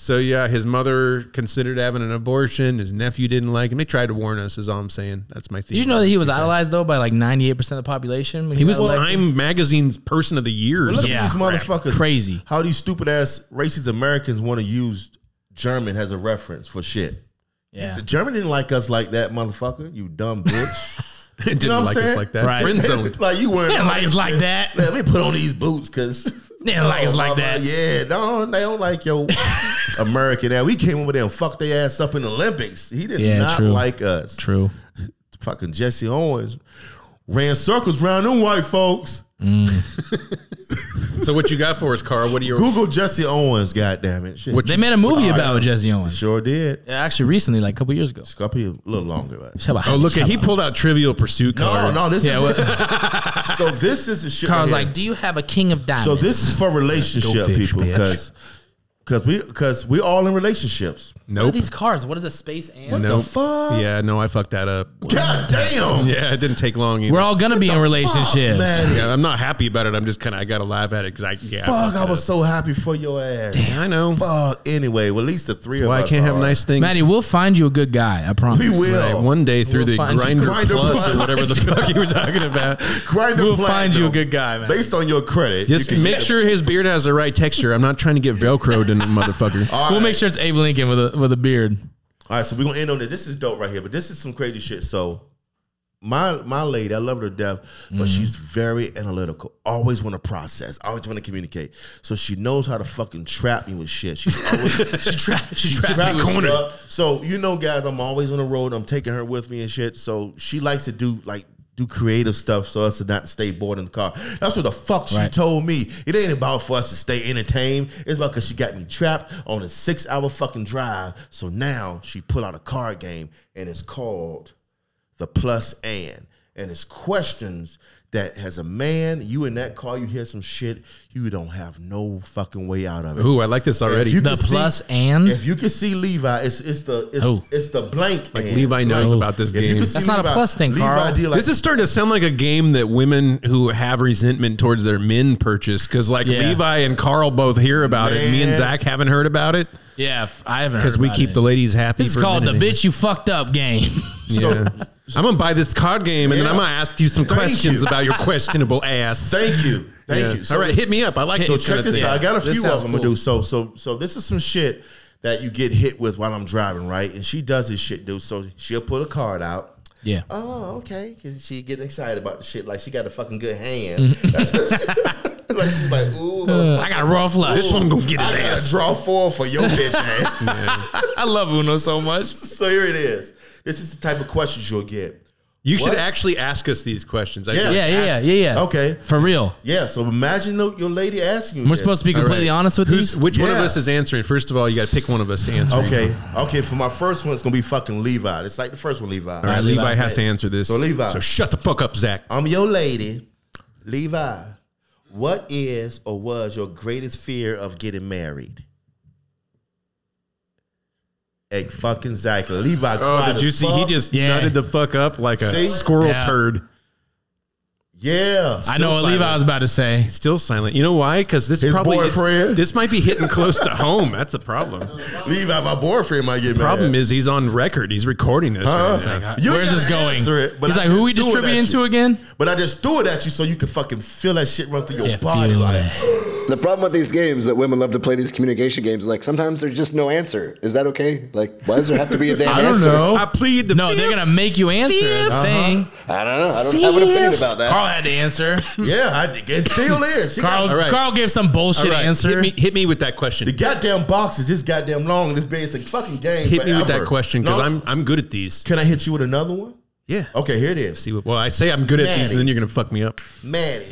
[SPEAKER 4] So yeah, his mother considered having an abortion. His nephew didn't like him. They tried to warn us. Is all I'm saying. That's my thing.
[SPEAKER 1] Did you know that he was idolized though by like 98 percent of the population? When
[SPEAKER 4] he was
[SPEAKER 1] got elected?
[SPEAKER 4] Time Magazine's Person of the Year. or
[SPEAKER 2] Look
[SPEAKER 4] something.
[SPEAKER 1] Yeah,
[SPEAKER 2] at these
[SPEAKER 1] crap.
[SPEAKER 2] motherfuckers.
[SPEAKER 1] Crazy.
[SPEAKER 2] How these stupid ass racist Americans want to use German as a reference for shit.
[SPEAKER 1] Yeah.
[SPEAKER 2] The German didn't like us like that, motherfucker. You dumb bitch.
[SPEAKER 4] It didn't
[SPEAKER 2] know what I'm
[SPEAKER 4] like us
[SPEAKER 2] saying?
[SPEAKER 4] like that.
[SPEAKER 1] Right.
[SPEAKER 4] Friend zoned.
[SPEAKER 2] like you weren't
[SPEAKER 1] They didn't like us like that.
[SPEAKER 2] Let me put on these boots, cause
[SPEAKER 1] They didn't like us like that.
[SPEAKER 2] Yeah, no, they don't like your American ass. We came over there and fucked their ass up in the Olympics. He did
[SPEAKER 1] Yeah,
[SPEAKER 2] not
[SPEAKER 1] true.
[SPEAKER 2] like us.
[SPEAKER 1] True.
[SPEAKER 2] Fucking Jesse Owens ran circles round them white folks.
[SPEAKER 4] so what you got for us, Carl? What are your
[SPEAKER 2] Google Jesse Owens, goddamn it. Shit.
[SPEAKER 1] They made a movie about Jesse Owens.
[SPEAKER 2] sure did.
[SPEAKER 1] Yeah, Actually, recently, like a couple years ago.
[SPEAKER 2] Scrappy a little longer, right?
[SPEAKER 4] Oh look at he pulled out Trivial Pursuit
[SPEAKER 2] No,
[SPEAKER 4] cards.
[SPEAKER 2] no, this
[SPEAKER 1] Yeah,
[SPEAKER 2] is so. This is the shit.
[SPEAKER 5] Carl's
[SPEAKER 2] right here.
[SPEAKER 5] like, do you have a king of diamonds?
[SPEAKER 2] so this is for relationship
[SPEAKER 1] fish,
[SPEAKER 2] people
[SPEAKER 1] bitch.
[SPEAKER 2] because because we because we all in relationships.
[SPEAKER 5] what
[SPEAKER 4] Nope.
[SPEAKER 5] are these cards? What is a space and?
[SPEAKER 4] nope.
[SPEAKER 2] fuck?
[SPEAKER 4] Yeah, no, I fucked that up.
[SPEAKER 2] God damn,
[SPEAKER 4] Yeah, it didn't take long either.
[SPEAKER 1] We're all gonna be in relationships.
[SPEAKER 2] man.
[SPEAKER 4] yeah, I'm not happy about it. I'm just kind of I got to laugh at it because I yeah.
[SPEAKER 2] Fuck, I
[SPEAKER 4] fucked it
[SPEAKER 2] was
[SPEAKER 4] up.
[SPEAKER 2] so happy for your ass.
[SPEAKER 4] I know.
[SPEAKER 2] Fuck. Anyway, well, at least the three of
[SPEAKER 4] Why I
[SPEAKER 2] us.
[SPEAKER 4] can't have
[SPEAKER 2] are.
[SPEAKER 4] nice things.
[SPEAKER 1] Maddie, we'll find you a good guy. I promise.
[SPEAKER 2] We will.
[SPEAKER 4] Right, one day through
[SPEAKER 5] We'll
[SPEAKER 4] the
[SPEAKER 5] find you.
[SPEAKER 4] grinder,
[SPEAKER 2] Grindr
[SPEAKER 4] plus,
[SPEAKER 2] Plus.
[SPEAKER 4] or whatever the fuck you were talking about.
[SPEAKER 2] Grinder
[SPEAKER 1] We'll find you a good guy, man.
[SPEAKER 2] Based on your credit,
[SPEAKER 4] Just make sure his beard has the right texture. I'm not trying to get velcroed in a motherfucker.
[SPEAKER 2] All right.
[SPEAKER 1] We'll make sure it's Abe Lincoln with a with a beard.
[SPEAKER 2] All right, so we're gonna end on this. This is dope right here, but this is some crazy shit. So my my lady, I love her to death, but
[SPEAKER 4] Mm.
[SPEAKER 2] she's very analytical. Always want to process. Always want to communicate. So she knows how to fucking trap me with shit. She's always she trap she traps me with shit. So you know, guys, I'm always on the road. I'm taking her with me and shit. So she likes to do like. Do creative stuff so us to not stay bored in the car. That's what the fuck she
[SPEAKER 1] Right.
[SPEAKER 2] told me. It ain't about for us to stay entertained. It's about because she got me trapped on a six hour fucking drive. So now she pull out a card game and it's called the plus and and it's questions that as a man you in that car you hear some shit you don't have no fucking way out of it
[SPEAKER 4] Ooh, I like this already.
[SPEAKER 2] If you
[SPEAKER 1] The
[SPEAKER 2] can see-
[SPEAKER 1] plus and?
[SPEAKER 2] if you can see Levi it's it's the it's,
[SPEAKER 1] Oh.
[SPEAKER 2] it's the blank like
[SPEAKER 4] Levi knows about this game.
[SPEAKER 1] That's not a plus thing,
[SPEAKER 2] Levi
[SPEAKER 1] Carl.
[SPEAKER 2] did like,
[SPEAKER 4] this is starting to sound like a game that women who have resentment towards their men purchase because, like,
[SPEAKER 1] Yeah.
[SPEAKER 4] Levi and Carl both hear about it. Me and
[SPEAKER 2] Man.
[SPEAKER 4] Zach haven't heard about it
[SPEAKER 1] Yeah, f- I haven't
[SPEAKER 4] because we keep the ladies happy.
[SPEAKER 1] This
[SPEAKER 4] for
[SPEAKER 1] is
[SPEAKER 4] a
[SPEAKER 1] called the
[SPEAKER 4] minute anyway.
[SPEAKER 1] bitch you fucked up game.
[SPEAKER 2] so
[SPEAKER 4] I'm gonna buy this card game and then
[SPEAKER 2] Yeah.
[SPEAKER 4] I'm gonna ask you some
[SPEAKER 2] Thank
[SPEAKER 4] questions
[SPEAKER 2] you.
[SPEAKER 4] about your questionable ass.
[SPEAKER 2] thank you thank
[SPEAKER 4] Yeah.
[SPEAKER 2] you So-
[SPEAKER 4] All right, hit me up. I like
[SPEAKER 2] so
[SPEAKER 4] those
[SPEAKER 2] check
[SPEAKER 4] kind of
[SPEAKER 2] this
[SPEAKER 4] things.
[SPEAKER 2] out. I got a
[SPEAKER 4] This
[SPEAKER 2] few of
[SPEAKER 4] sounds
[SPEAKER 2] them to
[SPEAKER 4] cool.
[SPEAKER 2] do. So so so this is some shit that you get hit with while I'm driving, right? And she does this shit, dude. So she'll pull a card out.
[SPEAKER 1] Yeah.
[SPEAKER 2] Oh, okay. Cause she getting excited about the shit. Like she got a fucking good hand.
[SPEAKER 1] Mm-hmm.
[SPEAKER 2] like she's like, ooh, motherfucker,
[SPEAKER 1] I got rough luck.
[SPEAKER 4] This one gonna get his
[SPEAKER 2] I
[SPEAKER 4] ass.
[SPEAKER 2] gotta draw four for your bitch ass.
[SPEAKER 1] I love Uno so much.
[SPEAKER 2] so here it is. This is the type of questions you'll get.
[SPEAKER 4] You should
[SPEAKER 2] What?
[SPEAKER 4] actually ask us these questions. I
[SPEAKER 2] Yeah.
[SPEAKER 4] think.
[SPEAKER 1] Yeah, yeah, yeah, yeah, yeah.
[SPEAKER 2] Okay.
[SPEAKER 1] For real.
[SPEAKER 2] Yeah. So imagine the- your lady asking. you
[SPEAKER 1] We're
[SPEAKER 2] this.
[SPEAKER 1] supposed to be
[SPEAKER 4] All right.
[SPEAKER 1] completely honest with
[SPEAKER 4] Who's-
[SPEAKER 1] these.
[SPEAKER 4] Which one of
[SPEAKER 2] Yeah.
[SPEAKER 4] us is answering? First of all, you got to pick one of us to answer.
[SPEAKER 2] Okay. Okay. For my first one, it's gonna be fucking Levi. It's like the first one, Levi.
[SPEAKER 4] All right, Levi, has to answer this.
[SPEAKER 2] So Levi.
[SPEAKER 4] So shut the fuck up, Zach.
[SPEAKER 2] I'm your lady, Levi. What is or was your greatest fear of getting married? Egg fucking Zach. Levi.
[SPEAKER 4] Oh,
[SPEAKER 2] cried
[SPEAKER 4] did you
[SPEAKER 2] as
[SPEAKER 4] see? He
[SPEAKER 2] fuck.
[SPEAKER 4] just
[SPEAKER 1] Yeah.
[SPEAKER 4] nutted the fuck up like a
[SPEAKER 2] See?
[SPEAKER 4] squirrel
[SPEAKER 1] Yeah.
[SPEAKER 4] turd.
[SPEAKER 2] Yeah.
[SPEAKER 1] I know what Levi was about to say.
[SPEAKER 4] Still silent. You know why? Because this
[SPEAKER 2] His
[SPEAKER 4] probably is-
[SPEAKER 2] boyfriend.
[SPEAKER 4] this might be hitting close to home. That's the problem.
[SPEAKER 2] Leave out my boyfriend might get mad.
[SPEAKER 4] Problem is he's on record. He's recording this.
[SPEAKER 2] Huh?
[SPEAKER 4] right now.
[SPEAKER 2] You
[SPEAKER 1] Where's
[SPEAKER 2] gotta
[SPEAKER 1] this going?
[SPEAKER 2] answer it, but
[SPEAKER 1] He's
[SPEAKER 2] I
[SPEAKER 1] like, who
[SPEAKER 2] just
[SPEAKER 1] we
[SPEAKER 2] threw it at
[SPEAKER 1] distributing
[SPEAKER 2] you."
[SPEAKER 1] to again?
[SPEAKER 2] But I just threw it at you so you could fucking feel that shit run through your
[SPEAKER 1] Yeah,
[SPEAKER 2] body.
[SPEAKER 1] feel
[SPEAKER 2] Like,
[SPEAKER 1] it.
[SPEAKER 6] The problem with these games that women love to play these communication games, like sometimes there's just no answer. Is that okay? Like, why does there have to be a damn
[SPEAKER 1] I don't
[SPEAKER 6] answer?
[SPEAKER 2] Oh.
[SPEAKER 1] know.
[SPEAKER 4] I plead the Uh-huh.
[SPEAKER 1] no, they're gonna make you answer the thing.
[SPEAKER 6] I don't know. I don't have an opinion about that.
[SPEAKER 1] Carl had to answer.
[SPEAKER 2] yeah, I, it still is. She
[SPEAKER 1] Carl,
[SPEAKER 2] got-
[SPEAKER 4] right.
[SPEAKER 1] Carl gave some bullshit
[SPEAKER 4] All right,
[SPEAKER 1] answer.
[SPEAKER 4] Hit me, hit me with that question.
[SPEAKER 2] the goddamn box is this goddamn long. This bed is a fucking game.
[SPEAKER 4] Hit me with
[SPEAKER 2] forever.
[SPEAKER 4] that question because
[SPEAKER 2] No?
[SPEAKER 4] I'm I'm good at these.
[SPEAKER 2] Can I hit you with another one?
[SPEAKER 4] Yeah.
[SPEAKER 2] Okay, here it is.
[SPEAKER 4] See what? Well, I say I'm good at these, and then you're gonna fuck me up.
[SPEAKER 2] Manny,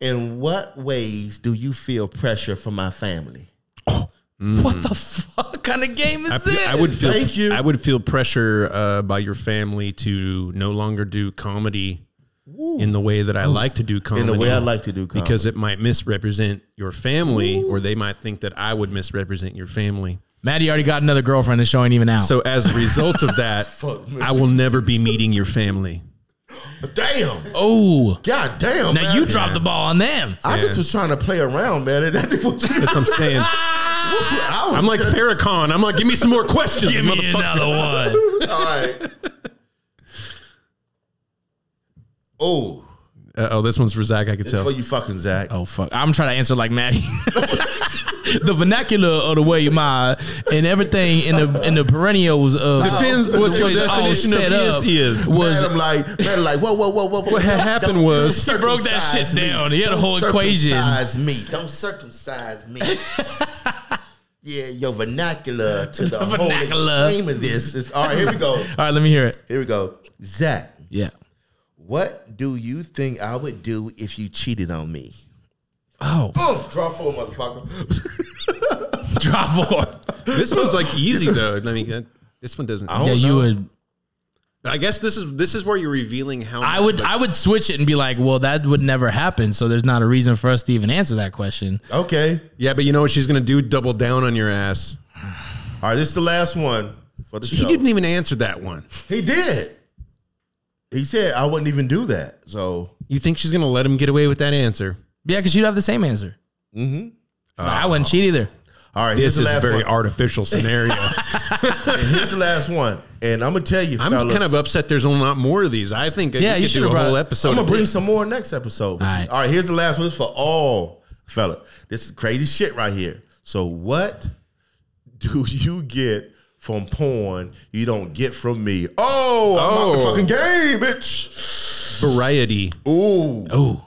[SPEAKER 2] in what ways do you feel pressure from my family?
[SPEAKER 1] What the fuck kind of game is
[SPEAKER 4] I,
[SPEAKER 1] this?
[SPEAKER 4] I would feel
[SPEAKER 2] Thank you.
[SPEAKER 4] I would feel pressure uh, by your family to no longer do comedy in the way that I like to do comedy.
[SPEAKER 2] In the way I like to do comedy.
[SPEAKER 4] because it might misrepresent your family, or they might think that I would misrepresent your family.
[SPEAKER 1] Maddie already got another girlfriend. The show ain't even out.
[SPEAKER 4] So as a result of that,
[SPEAKER 2] Fuck,
[SPEAKER 4] I will never be meeting your family.
[SPEAKER 2] damn,
[SPEAKER 1] oh,
[SPEAKER 2] god damn.
[SPEAKER 1] now
[SPEAKER 2] man.
[SPEAKER 1] you dropped the ball on them.
[SPEAKER 2] I just was trying to play around, man. And that was,
[SPEAKER 4] That's what I'm saying.
[SPEAKER 2] I was
[SPEAKER 4] I'm like
[SPEAKER 2] just-
[SPEAKER 4] Farrakhan. I'm like, give me some more questions,
[SPEAKER 1] Give me
[SPEAKER 4] motherfucker.
[SPEAKER 1] another one.
[SPEAKER 2] All right. Oh,
[SPEAKER 4] Uh, oh, this one's for Zach. I could
[SPEAKER 2] it's for
[SPEAKER 4] tell.
[SPEAKER 2] you fucking Zach.
[SPEAKER 1] Oh fuck! I'm trying to answer like Maddie. the vernacular of the way my and everything in the in the perennials of
[SPEAKER 4] Depends
[SPEAKER 1] the
[SPEAKER 4] what your
[SPEAKER 1] way it's all
[SPEAKER 4] definition
[SPEAKER 1] oh,
[SPEAKER 4] of E
[SPEAKER 1] set
[SPEAKER 4] is
[SPEAKER 1] up
[SPEAKER 4] is.
[SPEAKER 1] was
[SPEAKER 2] Man, I'm like, man, like, whoa, whoa, whoa, whoa. whoa.
[SPEAKER 4] What had
[SPEAKER 2] Don't-
[SPEAKER 4] happened
[SPEAKER 2] don't-
[SPEAKER 4] was-
[SPEAKER 2] don't
[SPEAKER 1] He broke that shit
[SPEAKER 2] circumcise me.
[SPEAKER 1] down. He had a
[SPEAKER 2] Don't
[SPEAKER 1] whole equation.
[SPEAKER 2] Circumcise me. Don't circumcise me. yeah, your vernacular to the,
[SPEAKER 1] vernacular.
[SPEAKER 2] whole extreme of this is all right. Here we go.
[SPEAKER 1] all right. Let me hear it.
[SPEAKER 2] Here we go. Zach,
[SPEAKER 1] Yeah.
[SPEAKER 2] what do you think I would do if you cheated on me?
[SPEAKER 1] Oh,
[SPEAKER 2] Boom, draw four, motherfucker.
[SPEAKER 1] drop four.
[SPEAKER 4] This one's like easy though. I mean, that- this one doesn't.
[SPEAKER 2] don't
[SPEAKER 1] Yeah, you
[SPEAKER 2] know.
[SPEAKER 1] would.
[SPEAKER 4] I guess this is this is where you're revealing how
[SPEAKER 1] I
[SPEAKER 4] much,
[SPEAKER 1] would.
[SPEAKER 4] like,
[SPEAKER 1] I would switch it and be like, well, that would never happen. So there's not a reason for us to even answer that question.
[SPEAKER 2] Okay.
[SPEAKER 4] yeah, but you know what she's gonna do? Double down on your ass.
[SPEAKER 2] All right, this is the last one for the
[SPEAKER 4] He
[SPEAKER 2] show.
[SPEAKER 1] e-
[SPEAKER 4] didn't even answer that one.
[SPEAKER 2] He did. He said I wouldn't even do that. So
[SPEAKER 4] You think she's gonna let him get away with that answer?
[SPEAKER 1] Yeah, because you'd have the same answer. Mm-hmm. I wouldn't cheat either.
[SPEAKER 2] all right, here's
[SPEAKER 4] This
[SPEAKER 2] the
[SPEAKER 4] is a
[SPEAKER 2] last
[SPEAKER 4] very
[SPEAKER 2] one.
[SPEAKER 4] artificial scenario.
[SPEAKER 2] And here's the last one. And I'm gonna tell you,
[SPEAKER 4] I'm
[SPEAKER 2] fellas,
[SPEAKER 4] kind of upset. There's a lot more of these. I think
[SPEAKER 1] Yeah,
[SPEAKER 4] yeah,
[SPEAKER 1] you
[SPEAKER 4] you should
[SPEAKER 1] should've
[SPEAKER 4] do a whole
[SPEAKER 1] brought-
[SPEAKER 4] episode.
[SPEAKER 2] I'm gonna
[SPEAKER 4] of
[SPEAKER 2] bring
[SPEAKER 4] this.
[SPEAKER 2] some more next episode. All
[SPEAKER 1] right.
[SPEAKER 2] right. all right, here's the last one. This is for all fella. This is crazy shit right here. So what do you get from porn you don't get from me? Oh, I'm out the
[SPEAKER 4] Oh.
[SPEAKER 2] fucking game, bitch.
[SPEAKER 4] variety.
[SPEAKER 2] Ooh.
[SPEAKER 1] Ooh,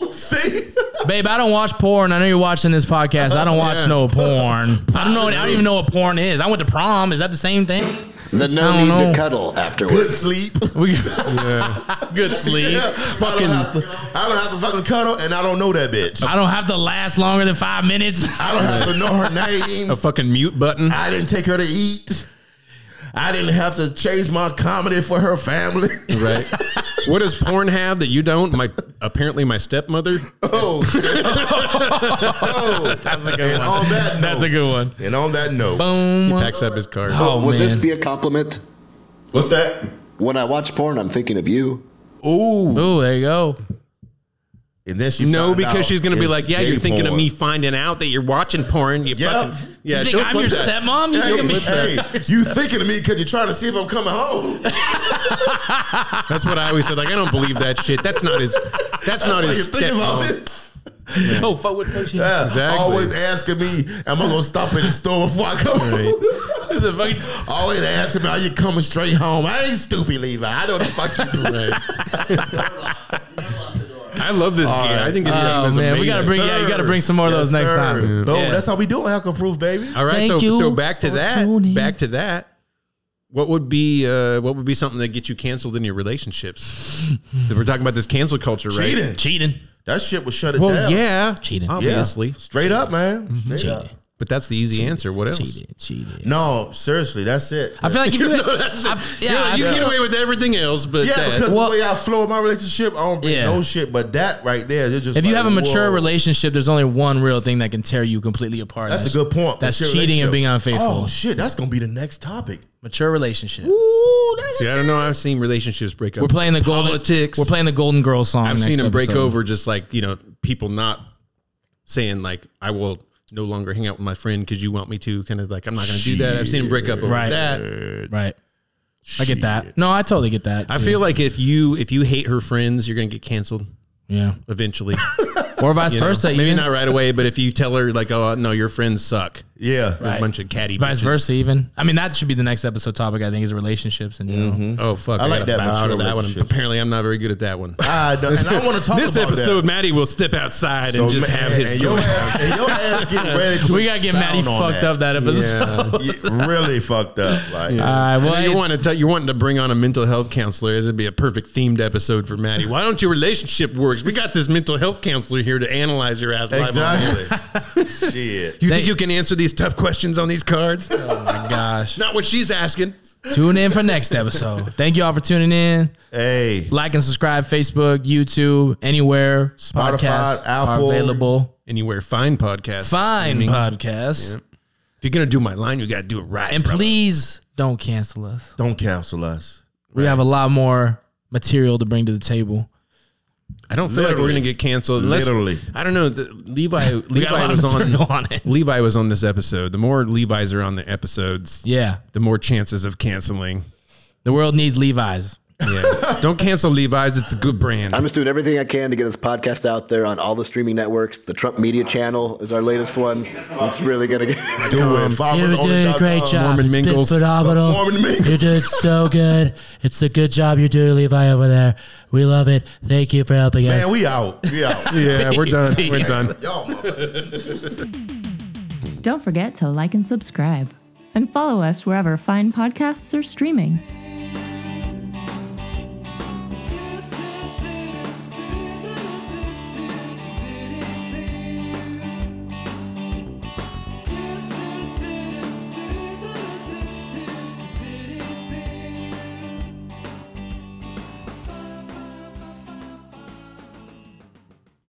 [SPEAKER 4] Oh.
[SPEAKER 2] See?
[SPEAKER 1] babe, I don't watch porn. I know you're watching this podcast. I don't watch no porn. I don't know. I don't even know what porn is. I went to prom. Is that the same thing?
[SPEAKER 6] The
[SPEAKER 1] I
[SPEAKER 6] no
[SPEAKER 1] don't
[SPEAKER 6] need
[SPEAKER 1] know.
[SPEAKER 6] to cuddle
[SPEAKER 2] Good
[SPEAKER 6] afterwards.
[SPEAKER 2] sleep.
[SPEAKER 1] We, Good sleep.
[SPEAKER 2] Yeah, fucking. I don't, have to, I don't have to fucking cuddle, and I don't know that bitch.
[SPEAKER 1] I don't have to last longer than five minutes.
[SPEAKER 2] I don't have to know her
[SPEAKER 4] A
[SPEAKER 2] name.
[SPEAKER 4] fucking mute button.
[SPEAKER 2] I didn't take her to eat. I didn't have to change my comedy for her family.
[SPEAKER 4] Right. what does porn have that you don't? My apparently my stepmother.
[SPEAKER 2] Oh, oh.
[SPEAKER 1] That's a
[SPEAKER 2] and
[SPEAKER 1] good one.
[SPEAKER 2] on that note,
[SPEAKER 1] That's a good one.
[SPEAKER 2] And on that note,
[SPEAKER 4] He
[SPEAKER 1] Boom.
[SPEAKER 4] packs up his card.
[SPEAKER 1] Oh
[SPEAKER 6] Would
[SPEAKER 1] man.
[SPEAKER 6] this be a compliment?
[SPEAKER 2] what's that?
[SPEAKER 6] When I watch porn, I'm thinking of you.
[SPEAKER 2] Ooh,
[SPEAKER 1] Ooh, there you go.
[SPEAKER 2] and then she
[SPEAKER 4] No,
[SPEAKER 2] found
[SPEAKER 4] because
[SPEAKER 2] out
[SPEAKER 4] she's gonna be
[SPEAKER 2] it's
[SPEAKER 4] like, yeah,
[SPEAKER 2] gay
[SPEAKER 4] you're thinking of
[SPEAKER 2] porn.
[SPEAKER 4] me finding out that you're watching porn. You
[SPEAKER 2] Yep.
[SPEAKER 4] fucking yeah.
[SPEAKER 1] You
[SPEAKER 4] she'll
[SPEAKER 1] think I'm
[SPEAKER 4] flip
[SPEAKER 1] your
[SPEAKER 4] that.
[SPEAKER 1] stepmom? You think I'm
[SPEAKER 2] Hey,
[SPEAKER 1] your
[SPEAKER 2] hey, you thinking of me because you're trying to see if I'm coming home.
[SPEAKER 4] That's what I always said. Like I don't believe that shit. That's not his. That's not
[SPEAKER 2] You're
[SPEAKER 4] his um,
[SPEAKER 2] thinking about
[SPEAKER 4] stepmom.
[SPEAKER 2] it.
[SPEAKER 1] Oh, fuck with pushing.
[SPEAKER 2] Yeah,
[SPEAKER 4] Exactly.
[SPEAKER 2] Always asking me, am I gonna stop in the store before I come home?
[SPEAKER 1] This is a fucking-
[SPEAKER 2] Always asking me, are you coming straight home? I ain't stupid, Levi. I know the fuck you do.
[SPEAKER 4] I love this game.
[SPEAKER 2] right.
[SPEAKER 4] I think this game
[SPEAKER 1] Oh
[SPEAKER 4] is
[SPEAKER 1] man, we
[SPEAKER 4] amazing.
[SPEAKER 1] gotta bring yeah, you gotta bring some more of those next time.
[SPEAKER 2] Boom,
[SPEAKER 1] Yeah.
[SPEAKER 2] Oh, that's how we do it. Hacker proof, baby.
[SPEAKER 4] All right,
[SPEAKER 1] Thank
[SPEAKER 4] so
[SPEAKER 1] you
[SPEAKER 4] so back to
[SPEAKER 1] for
[SPEAKER 4] that.
[SPEAKER 1] tuning.
[SPEAKER 4] Back to that. What would be uh, what would be something that gets you canceled in your relationships? If We're talking about this cancel culture, right?
[SPEAKER 2] Cheating.
[SPEAKER 1] Cheating.
[SPEAKER 2] That shit was shut it
[SPEAKER 4] Well,
[SPEAKER 2] down.
[SPEAKER 4] yeah,
[SPEAKER 1] Cheating.
[SPEAKER 2] Yeah.
[SPEAKER 4] obviously.
[SPEAKER 1] Mm-hmm.
[SPEAKER 2] Straight up, man. Straight up.
[SPEAKER 4] But that's the easy answer. What else?
[SPEAKER 5] Cheated, cheated.
[SPEAKER 2] No, seriously, that's it.
[SPEAKER 5] I feel like if you, had,
[SPEAKER 4] that's
[SPEAKER 5] I, yeah,
[SPEAKER 4] you
[SPEAKER 5] I
[SPEAKER 4] get
[SPEAKER 5] feel,
[SPEAKER 4] away with everything else, but
[SPEAKER 2] yeah,
[SPEAKER 4] that.
[SPEAKER 2] because
[SPEAKER 5] Well-
[SPEAKER 2] the way I flow in my relationship, I don't bring
[SPEAKER 1] Yeah.
[SPEAKER 2] no shit. But that right there, it's just
[SPEAKER 1] If you
[SPEAKER 2] like,
[SPEAKER 1] have a mature
[SPEAKER 2] whoa.
[SPEAKER 1] relationship, there's only one real thing that can tear you completely apart.
[SPEAKER 2] that's, a good point.
[SPEAKER 1] That's
[SPEAKER 2] Mature
[SPEAKER 1] cheating and
[SPEAKER 2] relationship.
[SPEAKER 1] being unfaithful.
[SPEAKER 2] Oh shit, that's gonna be the next topic.
[SPEAKER 4] Oh.
[SPEAKER 1] Mature relationship.
[SPEAKER 4] see, I don't know. I've seen relationships break up.
[SPEAKER 1] We're playing the golden
[SPEAKER 4] politics.
[SPEAKER 1] We're playing the Golden Girls song.
[SPEAKER 4] I've
[SPEAKER 1] next
[SPEAKER 4] seen them break
[SPEAKER 1] episode.
[SPEAKER 4] over just like, you know, people not saying like, I will no longer hang out with my friend because you want me to. Kind of like, I'm not going to do that. I've seen them break up over
[SPEAKER 1] Right.
[SPEAKER 4] that.
[SPEAKER 1] Right. I get that. No, I totally get that.
[SPEAKER 4] I
[SPEAKER 1] too.
[SPEAKER 4] feel like if you if you hate her friends, you're going to get canceled
[SPEAKER 1] yeah,
[SPEAKER 4] eventually.
[SPEAKER 1] or vice
[SPEAKER 4] You know?
[SPEAKER 1] versa.
[SPEAKER 4] Maybe
[SPEAKER 1] even.
[SPEAKER 4] not right away, but if you tell her like, oh no, your friends suck,
[SPEAKER 2] Yeah,
[SPEAKER 4] You're a bunch of catty.
[SPEAKER 1] Vice
[SPEAKER 4] bitches.
[SPEAKER 1] versa, even. I mean, that should be the next episode topic. I think is relationships and you know.
[SPEAKER 4] Oh fuck!
[SPEAKER 2] I like
[SPEAKER 4] gotta
[SPEAKER 2] that
[SPEAKER 4] bow out
[SPEAKER 2] mature
[SPEAKER 4] of that one.
[SPEAKER 2] relationships.
[SPEAKER 4] Apparently, I'm not very good at that one.
[SPEAKER 2] I, don't- and I want to talk
[SPEAKER 4] this
[SPEAKER 2] about
[SPEAKER 4] episode,
[SPEAKER 2] that.
[SPEAKER 4] Maddie will step outside
[SPEAKER 2] So,
[SPEAKER 4] and just
[SPEAKER 2] man,
[SPEAKER 4] have his.
[SPEAKER 2] and your,
[SPEAKER 4] joint.
[SPEAKER 2] ass, and your ass get ready to
[SPEAKER 1] We gotta get Maddie
[SPEAKER 2] expound on
[SPEAKER 1] fucked up that episode.
[SPEAKER 4] Yeah.
[SPEAKER 2] Yeah, really fucked up. Like
[SPEAKER 1] All right,
[SPEAKER 4] I
[SPEAKER 1] well,
[SPEAKER 4] know you want to tell, you're wanting to bring on a mental health counselor. This would be a perfect themed episode for Maddie. Why don't your relationship works? We got this mental health counselor here to analyze your ass. live on air.
[SPEAKER 2] exactly. shit.
[SPEAKER 4] You
[SPEAKER 1] They-
[SPEAKER 4] think you can answer these tough questions on these cards?
[SPEAKER 2] Oh,
[SPEAKER 1] gosh.
[SPEAKER 4] Not what she's asking.
[SPEAKER 1] Tune in for next episode. Thank you all for tuning in.
[SPEAKER 2] Hey,
[SPEAKER 1] Like and subscribe, Facebook, YouTube, anywhere.
[SPEAKER 2] Spotify,
[SPEAKER 1] Podcasts
[SPEAKER 2] Apple.
[SPEAKER 1] Are available.
[SPEAKER 4] Anywhere fine podcast.
[SPEAKER 1] Fine
[SPEAKER 4] Streaming.
[SPEAKER 1] podcasts.
[SPEAKER 4] If you're gonna do my line, you gotta do it right.
[SPEAKER 1] And
[SPEAKER 4] bro.
[SPEAKER 1] please don't cancel us.
[SPEAKER 2] don't cancel us.
[SPEAKER 1] We have a lot more material to bring to the table.
[SPEAKER 4] I don't feel like we're
[SPEAKER 2] Literally.
[SPEAKER 4] gonna get canceled. Unless,
[SPEAKER 2] Literally.
[SPEAKER 4] I don't know. The, Levi
[SPEAKER 1] got a lot
[SPEAKER 4] Levi
[SPEAKER 1] of
[SPEAKER 4] was on,
[SPEAKER 1] material on it.
[SPEAKER 4] Levi was on this episode. The more Levi's are on the episodes,
[SPEAKER 1] Yeah.
[SPEAKER 4] the more chances of canceling.
[SPEAKER 1] The world needs Levi's.
[SPEAKER 4] Yeah. don't cancel Levi's. It's a good brand.
[SPEAKER 6] I'm just doing everything I can to get this podcast out there on all the streaming networks. The Trump Media Channel is our latest one. It's really gonna get.
[SPEAKER 2] Do it. Follow
[SPEAKER 1] You're
[SPEAKER 2] the
[SPEAKER 1] doing a great
[SPEAKER 2] OnlyFans.
[SPEAKER 1] job.
[SPEAKER 4] Mormon
[SPEAKER 1] it's
[SPEAKER 4] Mingles.
[SPEAKER 1] been phenomenal.
[SPEAKER 2] Mormon Mingles.
[SPEAKER 1] You're doing so good. It's a good job you do, Levi, over there. We love it. Thank you for helping us.
[SPEAKER 2] Man, we out. We out.
[SPEAKER 4] yeah, we're done. We're done.
[SPEAKER 2] Y'all motherfuckers.
[SPEAKER 3] Don't forget to like and subscribe, and follow us wherever fine podcasts are streaming.